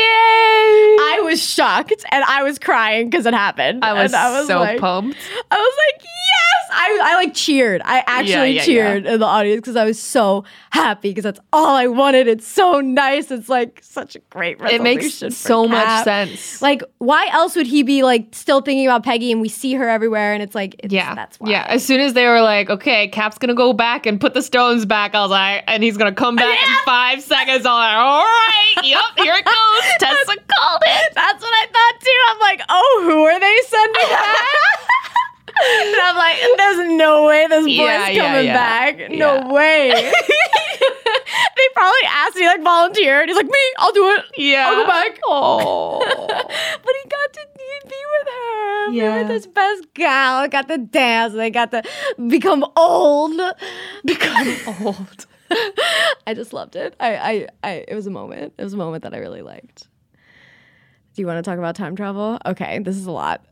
Yay!
I was shocked and I was crying because it happened.
I was,
And
so
like-
pumped.
I was like, yes! I, I like cheered. I actually
Yeah, yeah,
cheered in the audience because I was so happy because that's all I wanted. It's so nice. It's like such a great
It makes
resolution for
so much
Cap.
sense.
Like, why else would he be like still thinking about Peggy and we see her everywhere and it's like, it's,
yeah,
that's why. <laughs>
yeah. As soon as they were like, "Okay, Cap's gonna go back and put the stones back," I was like, "And he's gonna come back in five seconds." I'm like, "All right, yep, here it <laughs> goes." Tessa called it.
That's what I thought too. I'm like, oh, who are they
<laughs>
sending back? <laughs> and I'm like, there's no way this boy's
Yeah, yeah,
coming
yeah.
back. No
Yeah.
way.
<laughs>
<laughs> they probably asked me like volunteer, and he's like, me, I'll do it.
<laughs> Yeah,
I'll go back.
Oh,
<laughs> But he got to be with her.
Yeah.
Be with his best gal. Got to dance. They got to become old. Become
<laughs> old.
<laughs> I just loved it. I, I, I, it was a moment. It was a moment that I really liked. Do you want to talk about time travel? Okay, this is a lot.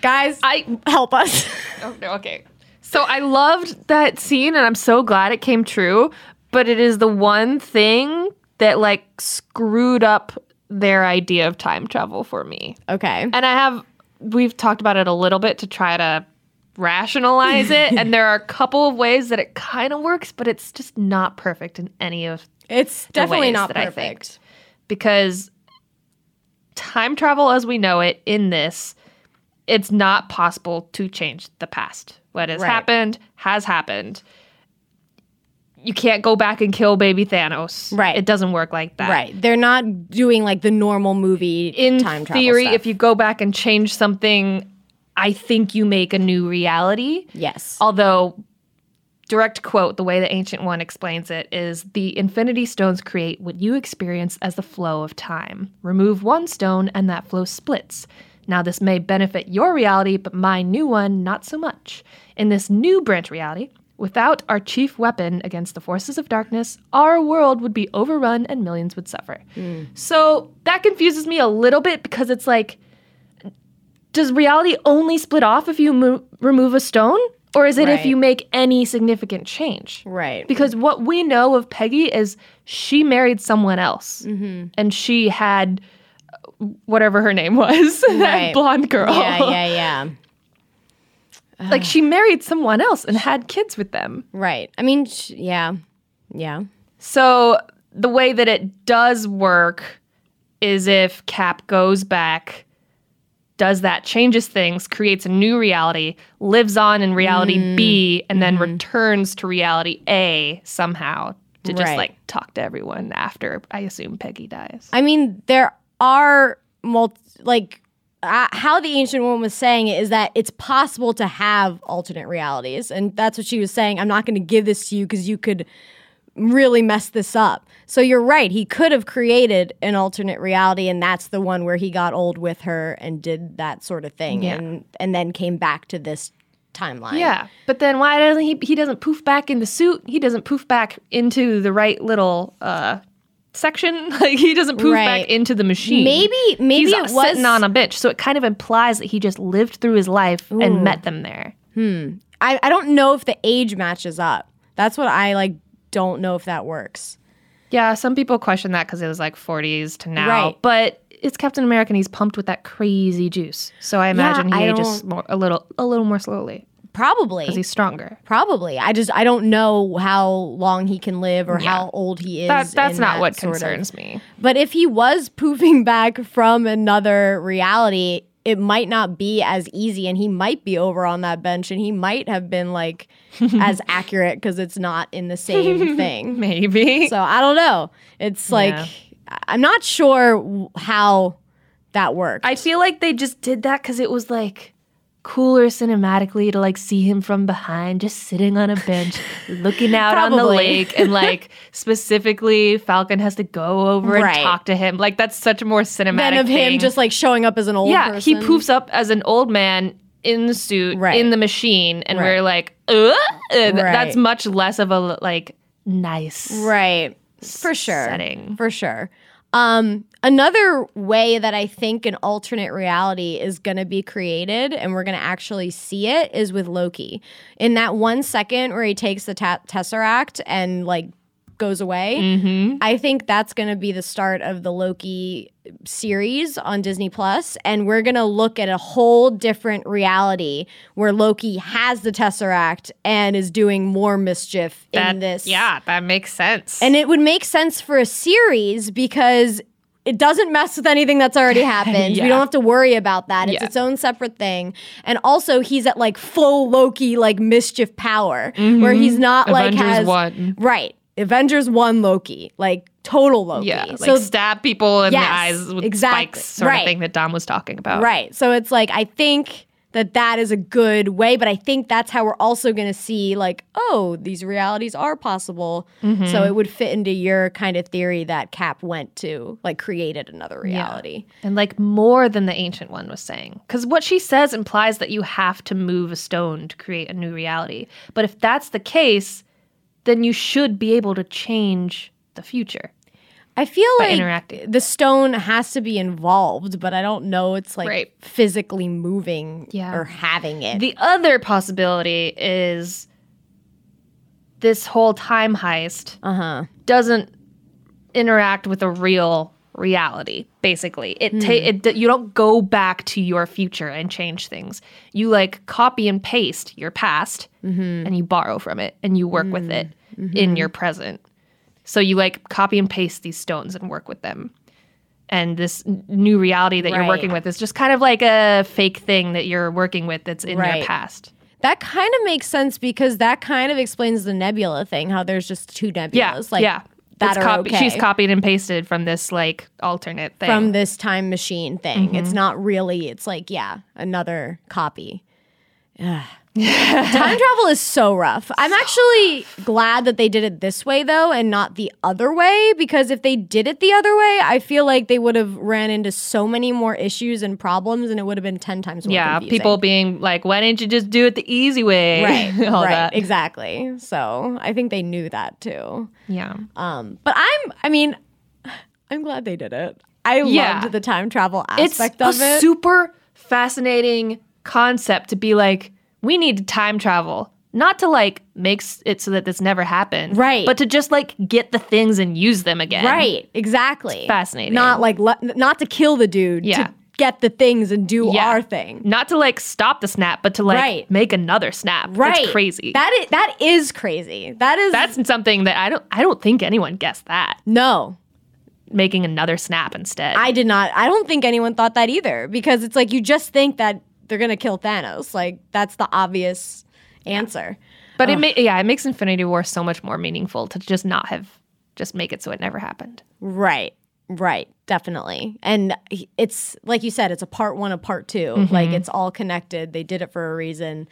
Guys,
<laughs> I
help us. <laughs>
Oh, no, okay. So I loved that scene and I'm so glad it came true, but it is the one thing that like screwed up their idea of time travel for me.
okay.
And I have we've talked about it a little bit to try to rationalize
<laughs>
it and there are a couple of ways that it kind of works, but it's just not perfect in any of
It's definitely
ways
not
that I
perfect.
because time travel as we know it in this it's not possible to change the past what has
Right.
happened has happened you can't go back and kill baby thanos
Right.
it doesn't work like that
Right. They're not doing like the normal movie
in
time travel.
theory
stuff.
if you go back and change something i think you make a new reality
yes.
Although, direct quote, the way the Ancient One explains it is the Infinity Stones create what you experience as the flow of time. Remove one stone, and that flow splits. Now, this may benefit your reality, but my new one, not so much. In this new branch reality, without our chief weapon against the forces of darkness, our world would be overrun and millions would suffer.
Hmm.
So, that confuses me a little bit because it's like, does reality only split off if you mo- remove a stone or is it if
Right.
you make any significant change
right.
because what we know of peggy is she married someone else
Mm-hmm.
and she had uh, whatever her name was <laughs> that
Right.
blonde girl
Yeah,
<laughs>
yeah, yeah.
like she married someone else and had kids with them
Right. I mean, sh- yeah. Yeah.
So the way that it does work is if Cap goes back, does that, changes things, creates a new reality, lives on in reality B, and then returns to reality A somehow to just
Right.
like talk to everyone after I assume Peggy dies.
I mean, there are multi like uh, how the ancient one was saying it is that it's possible to have alternate realities, and that's what she was saying. I'm not going to give this to you because you could really mess this up. So you're right. He could have created an alternate reality, and that's the one where he got old with her and did that sort of thing,
Yeah.
and and then came back to this timeline.
Yeah, but then why doesn't he? He doesn't poof back in the suit. He doesn't poof back into the right little uh, section. <laughs> Like he doesn't poof back
Right.
into the machine.
Maybe- maybe
he's
it
sitting
was-
on a bench, so it kind of implies that he just lived through his life and met them there.
I, I don't know if the age matches up. That's what I like. Don't know if that works.
Yeah, some people question that because it was like 40s to now,
Right.
but it's Captain America, and he's pumped with that crazy juice. So I imagine
I
he ages more, a little, a little more slowly
Probably.
because he's stronger.
Probably. I just I don't know how long he can live or how old he is.
That, that's
in
not
that
what
sort of-
concerns me. <laughs>
But if he was poofing <laughs> back from another reality, it might not be as easy and he might be over on that bench and he might have
<laughs>
been like as accurate cuz it's not in the same thing.
Maybe.
So I don't know. It's like
Yeah.
I- I'm not sure w- how that works.
I feel like they just did that because it was like
cooler cinematically to like see him from behind, just sitting on a
<laughs>
bench, looking out on the
Probably.
lake, and
<laughs>
like specifically Falcon has to go over
Right.
and talk to him. Like that's such a more cinematic
Then of him
thing.
just like showing up as an old
yeah, he
person.
poofs up as an old man in the suit
Right.
in the machine, and
Right.
we're like, Ugh? and
Right.
that's much less of a like nice
Right. For sure.
setting.
For sure. Um, another way that I think an alternate reality is going to be created and we're going to actually see it is with Loki. In that one second where he takes the ta- Tesseract and like goes away,
Mm-hmm.
I think that's going to be the start of the Loki series on Disney Plus, and we're going to look at a whole different reality where Loki has the Tesseract and is doing more mischief in
That-
this.
Yeah, that makes sense.
And it would make sense for a series because it doesn't mess with anything
<laughs>
that's already happened. We
Yeah.
don't have to worry about that. It's
Yeah.
its own separate thing. And also, he's at like full Loki, like mischief power, where he's not like
Mm-hmm. Avengers
has
one.
right Avengers one Loki, like total Loki.
yeah, like
so
stab people in
Yes,
the eyes with
exactly.
spikes, sort
Right.
of thing that Dom was talking about.
Right. So it's like I think that that is a good way, but I think that's how we're also going to see like, oh, these realities are possible.
Mm-hmm.
So it would fit into your kind of theory that Cap went to, like created another reality.
And like more than the ancient one was saying. Because what she says implies that you have to move a stone to create a new reality. But if that's the case, then you should be able to change the future.
I feel
By
like
interacting.
the stone has to be involved, but I don't know it's like
Right.
physically moving
Yeah.
or having it.
The other possibility is this whole time heist
uh-huh.
doesn't interact with a real reality basically it, ta-
Hmm.
it you don't go back to your future and change things you like copy and paste your past
Mm-hmm.
and you borrow from it and you work with it in your present so you like copy and paste these stones and work with them and this n- new reality that
Right.
you're working with is just kind of like a fake thing that you're working with that's in
Right.
your past
That kind of makes sense because that kind of explains the nebula thing, how there's just two nebulas.
yeah
like
yeah
that
It's
are
copy-
okay.
she's copied and pasted from this like alternate thing
from this time machine thing. It's
Mm-hmm.
not really, it's like, yeah, another copy. Ugh. time travel is so rough. I'm actually glad that they did it this way though and not the other way because if they did it the other way, I feel like they would have ran into so many more issues and problems and it would have been 10 times more
yeah
confusing.
people being like why didn't you just do it the easy way <laughs>
right
all
right
that
exactly. So, I think they knew that too.
yeah
Um, but I'm, I mean, I'm glad they did it. I
Yeah.
loved the time travel
it's
aspect
a
of it.
super fascinating concept to be like we need to time travel not to like make s- it so that this never happened
Right.
but to just like get the things and use them again
Right, exactly.
fascinating.
Not like le- not to kill the dude,
Yeah.
to get the things and do
Yeah.
our thing.
not to like stop the snap but to like
Right.
make another snap
Right.
that's crazy
That is that is crazy. That is
that's something that i don't i don't think anyone guessed that
no.
making another snap instead
I did not. I don't think anyone thought that either because it's like you just think that they're going to kill Thanos. Like that's the obvious answer.
But
Oh.
it ma- yeah, it makes Infinity War so much more meaningful to just not have just make it so it never happened.
Right. Right. Definitely. And he- it's like you said, it's a part one, a part 2
Mm-hmm.
Like it's all connected. They did it for a reason.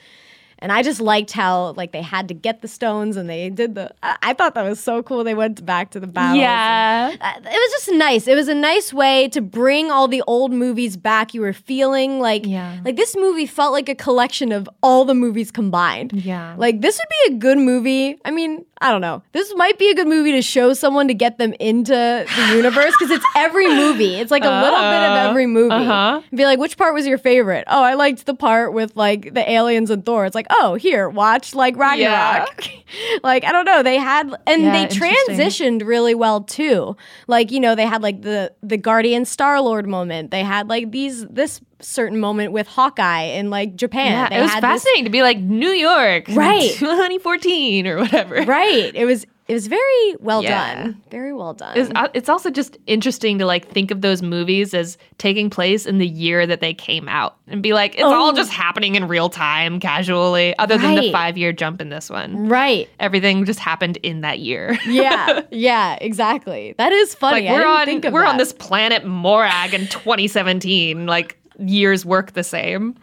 And I just liked how like they had to get the stones and they did the. I, I thought that was so cool. They went back to the battle.
Yeah.
Uh, it was just nice. It was a nice way to bring all the old movies back. You were feeling like
Yeah.
like this movie felt like a collection of all the movies combined.
Yeah.
Like this would be a good movie. I mean, I don't know. This might be a good movie to show someone to get them into
<laughs>
the universe because it's every movie. It's like a little bit of every movie.
Uh-huh.
Be like, which part was your favorite? Oh, I liked the part with like the aliens and Thor. It's like, oh, here, watch like Ragnarok. <laughs> like I don't know. They had and
Yeah,
they
interesting.
transitioned positioned really well too. Like you know, they had like the the Guardian Star Lord moment. They had like these this certain moment with Hawkeye in like Japan.
Yeah,
they
it was
had this-
fascinating to be like New York,
Right.
<laughs> 2014 or whatever.
right. It was it was very well
Yeah.
done. Very well done.
It's, uh, it's also just interesting to like think of those movies as taking place in the year that they came out and be like, it's all just happening in real time, casually, other than
Oh. Right. Mm.
the five year jump in this one.
right.
Everything just happened in that year. <laughs>
Yeah. yeah. Exactly. That is funny.
like
I
we're
didn't
on
think of
we're on <laughs>
that.
this planet Morag in 2017. Like years work the same.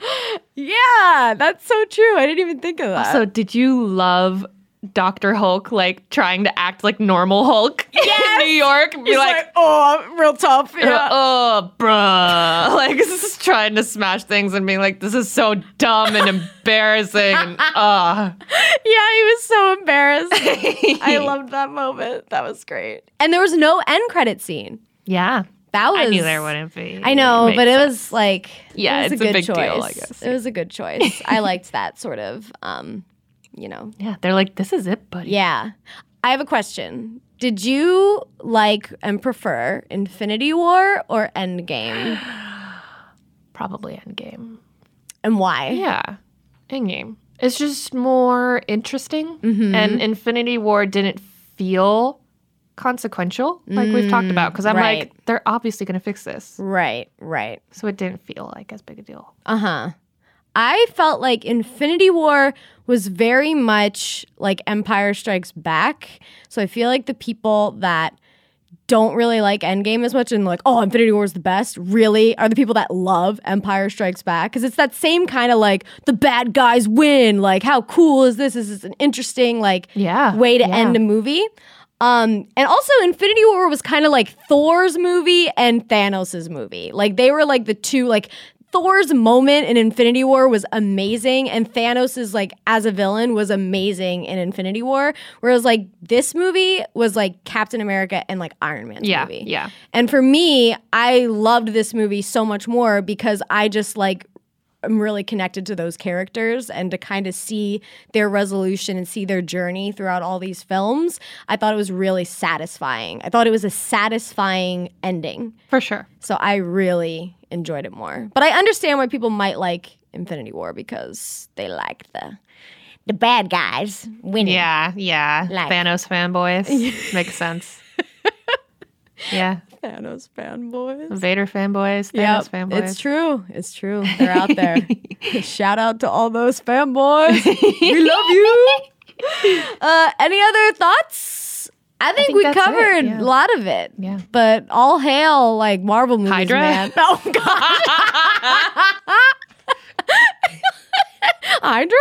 Yeah, that's so true. I didn't even think of that.
So did you love Dr. Hulk like trying to act like normal Hulk <laughs> in New York? and Be
He's
like,
like, oh, I'm real
<laughs>
tough. Yeah.
oh, bruh. <laughs> Like, just trying to smash things and being like, this is so dumb and <laughs> embarrassing. And, uh.
<laughs> yeah, he was so embarrassed.
<laughs>
I loved that moment. That was great. And there was no end credit scene.
Yeah.
That was
I knew there wouldn't be.
I know,
Makes
but it
sense.
was like
Yeah,
it was
it's
a
a
good
big
choice.
deal, I guess.
It was a good choice. I liked that sort of um, you know.
Yeah, they're like, this is it, buddy.
Yeah. I have a question. Did you like and prefer Infinity War or Endgame?
Probably Endgame.
And why?
Yeah, Endgame. It's just more interesting,
Mm-hmm.
and Infinity War didn't feel consequential like we've talked about because I'm
Mm, right.
like, they're obviously going to fix this,
Right, right.
so it didn't feel like as big a deal.
Uh-huh. I felt like Infinity War was very much like Empire Strikes Back. So I feel like the people that don't really like Endgame as much and like, oh, Infinity War is the best, really are the people that love Empire Strikes Back. Because it's that same kind of like the bad guys win. Like, how cool is this? This is an interesting, like,
Yeah,
way to
yeah.
end a movie. Um, and also Infinity War was kind of like Thor's movie and Thanos' movie. Like they were like the two like Thor's moment in Infinity War was amazing and Thanos' like as a villain was amazing in Infinity War. Whereas like this movie was like Captain America and like Iron Man's
Yeah,
movie.
yeah.
And for me, I loved this movie so much more because I just like I'm really connected to those characters and to kind of see their resolution and see their journey throughout all these films. I thought it was really satisfying. I thought it was a satisfying ending.
For sure.
So I really enjoyed it more. But I understand why people might like Infinity War because they liked the <laughs> the bad guys winning. <laughs>
Yeah, yeah.
Like-
Thanos
<laughs>
fanboys. Makes sense. Yeah.
Thanos fanboys.
Vader fanboys. Thanos
Yeah,
fanboys.
it's true. It's true. They're out <laughs> there. Shout out to all those fanboys. <laughs> we love you. Uh, any other thoughts? I think,
think
we
that's it,
covered
yeah.
a lot of it.
Yeah.
But all hail like Marvel movies,
Hydra?
man. <laughs> Oh God. Hydra?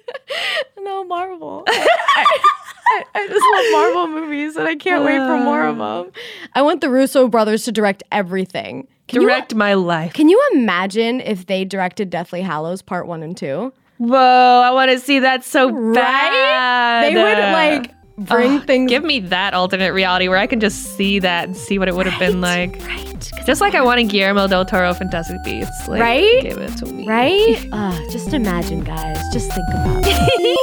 <laughs> no, Marvel. <laughs> I, I just love Marvel movies, and I can't wait for more of them. Uh, I want the Russo brothers to direct everything. Can you
Direct my life.
can you imagine if they directed Deathly Hallows Part One and Two?
Whoa, I want to see that so bad.
They would like bring
uh, Ugh,
things.
Give me that alternate reality where I can just see that and see what it would have been like.
right,
Just like I wanted Guillermo del Toro Fantastic Beasts. Like,
Right?
Give it to me. <laughs> Uh,
right. Ugh, just imagine, guys. Just think about it.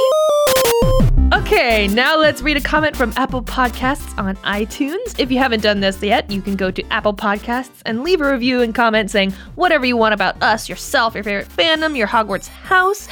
Okay, now let's read a comment from Apple Podcasts on iTunes. If you haven't done this yet, you can go to Apple Podcasts and leave a review and comment saying whatever you want about us, yourself, your favorite fandom, your Hogwarts house,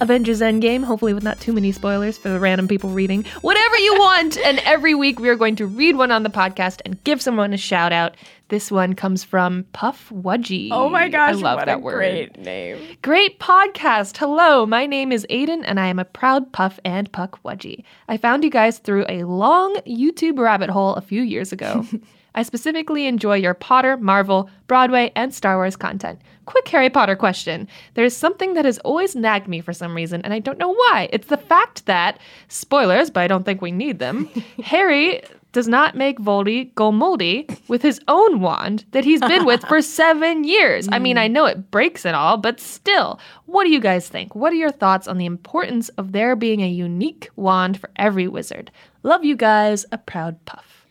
Avengers Endgame, hopefully with not too many spoilers for the random people reading, whatever you want. and every week we are going to read one on the podcast and give someone a shout out. This one comes from Puff Wudgie.
Oh
I love that word.
name.
Great podcast. Hello, my name is Aiden, and I am a proud Puff and Puck Wedgie. I found you guys through a long YouTube rabbit hole a few years ago. I specifically enjoy your Potter, Marvel, Broadway, and Star Wars content. Quick Harry Potter question. There is something that has always nagged me for some reason, and I don't know why. It's the fact that, spoilers, but I don't think we need them, Harry does not make Voldy go moldy with his own wand that he's been with <laughs> for seven years. I mean, I know it breaks and all, but still, what do you guys think? What are your thoughts on the importance of there being a unique wand for every wizard? Love you guys, a proud puff.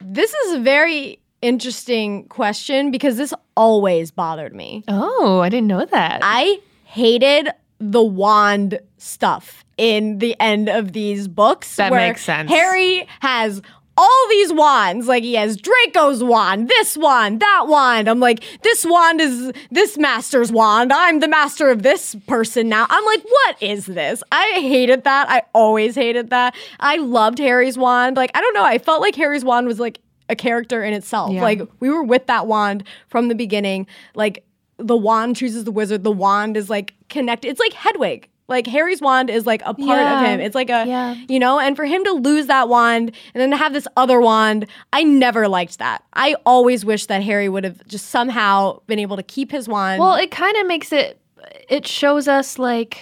This is a very interesting question because this always bothered me.
Oh, I didn't know that.
I hated the wand stuff in the end of these books.
That
where
makes sense.
Harry has all these wands. Like he has Draco's wand, this wand, that wand. I'm like, this wand is this master's wand. I'm the master of this person now. I'm like, what is this? I hated that. I always hated that. I loved Harry's wand. Like, I don't know. I felt like Harry's wand was like a character in itself. Like we were with that wand from the beginning. Like the wand chooses the wizard. The wand is like connected. It's like Hedwig. Like Harry's wand is like a part
Yeah.
of him. It's like a
Yeah.
you know, and for him to lose that wand and then to have this other wand, I never liked that. I always wish that Harry would have just somehow been able to keep his wand.
Well,
Well,
it kind of makes it. It shows us like,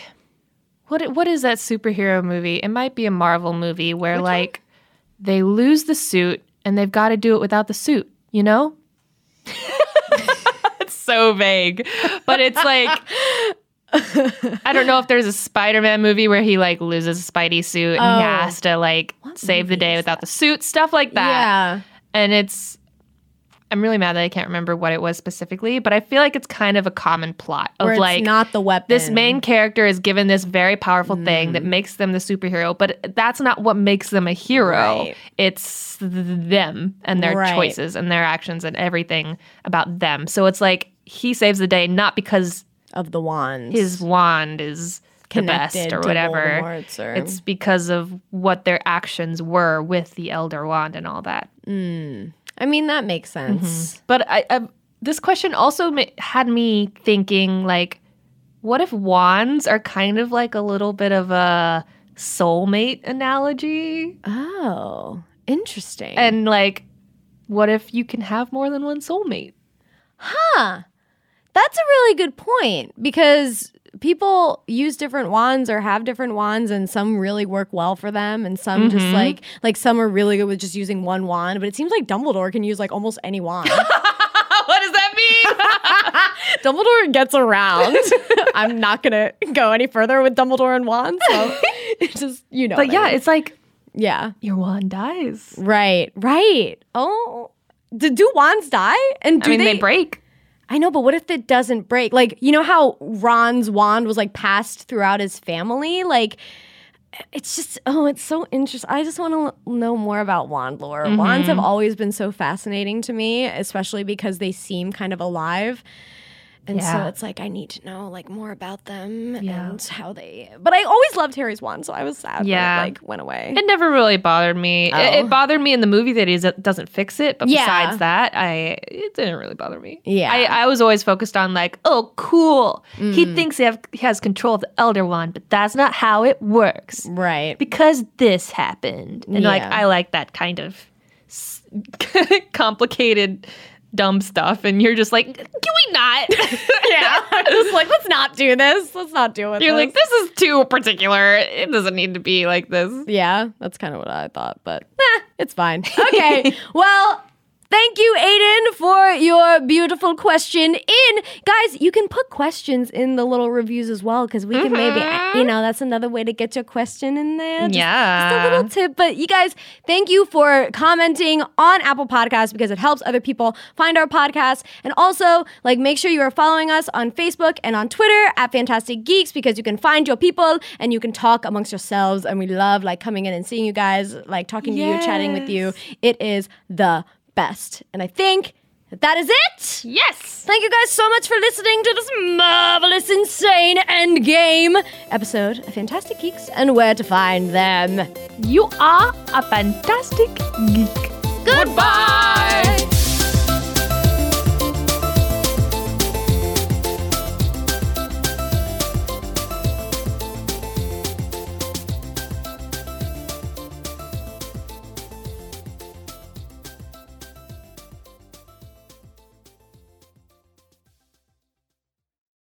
What what is that superhero movie? It might be a Marvel movie where like they lose the suit and they've got to do it without the suit, you know? it's so vague. But it's like I don't know if there's a Spider-Man movie where he like loses a Spidey suit and he has to like save the day without the suit, stuff like that.
yeah.
And it's I'm really mad that I can't remember what it was specifically, but I feel like it's kind of a common plot of
Where
like
it's not the weapon.
this main character is given this very powerful thing
Mm.
that makes them the superhero, but that's not what makes them a hero.
Right.
It's th- them and their
Right.
choices and their actions and everything about them. So it's like he saves the day not because
of the wand.
his wand is the
Connected
best or
to
whatever.
Voldemort's or-
It's because of what their actions were with the Elder Wand and all that.
I mean, that makes
Mm-hmm.
sense.
But I, I this question also ma- had me thinking like, what if wands are kind of like a little bit of a soulmate analogy,
Oh, interesting.
and like, what if you can have more than one soulmate?
That's a really good point because people use different wands or have different wands and some really work well for them and some just like like some are really good with just using one wand, but it seems like Dumbledore can use like almost any wand.
what does that mean?
<laughs> Dumbledore gets <laughs> around. I'm not going to go any further with Dumbledore and wands. <laughs> So it's just, you know.
but
what I
yeah,
mean.
it's like
yeah.
your wand dies.
Right. Right. Oh. Do, do wands die? And do
I mean, they, break.
I know, but what if it doesn't break? Like, you know how Ron's wand was like passed throughout his family? Like, it's just, oh, it's so interesting. I just want to l- know more about wand lore.
Mm-hmm.
Wands have always been so fascinating to me, especially because they seem kind of alive. And
Yeah.
so it's like, I need to know like more about them
Yeah.
and how they, but I always loved Harry's wand. So I was sad
Yeah.
when it like went away.
It never really bothered me. It,
Oh.
it bothered me in the movie that it doesn't fix it, but
Yeah.
besides that, I it didn't really bother me.
Yeah.
I, I was always focused on like, oh, cool.
Mm.
He thinks he, have, he has control of the Elder Wand, but that's not how it works
right.
because this happened, and like
Yeah.
I like that kind of s- <laughs> complicated, dumb stuff, and you're just like, can we not?
yeah. I'm just like, let's not do this. Let's not do it.
You're like, this is too particular. It doesn't need to be like this.
Yeah, that's kind of what I thought, but eh, it's fine. <laughs> Okay. well, thank you, Aiden, for your beautiful question. In guys, you can put questions in the little reviews as well because we can maybe, you know, that's another way to get your question in there. Just-
Yeah.
just a little tip. But you guys, thank you for commenting on Apple Podcasts because it helps other people find our podcast. And also, like, make sure you are following us on Facebook and on Twitter at Fantastic Geeks because you can find your people and you can talk amongst yourselves. And we love like coming in and seeing you guys, like talking to you, chatting with you. It is the best. And I think that that is it.
Yes.
Thank you guys so much for listening to this marvelous, insane endgame episode of Fantastic Geeks and where to find them.
You are a fantastic geek. Goodbye.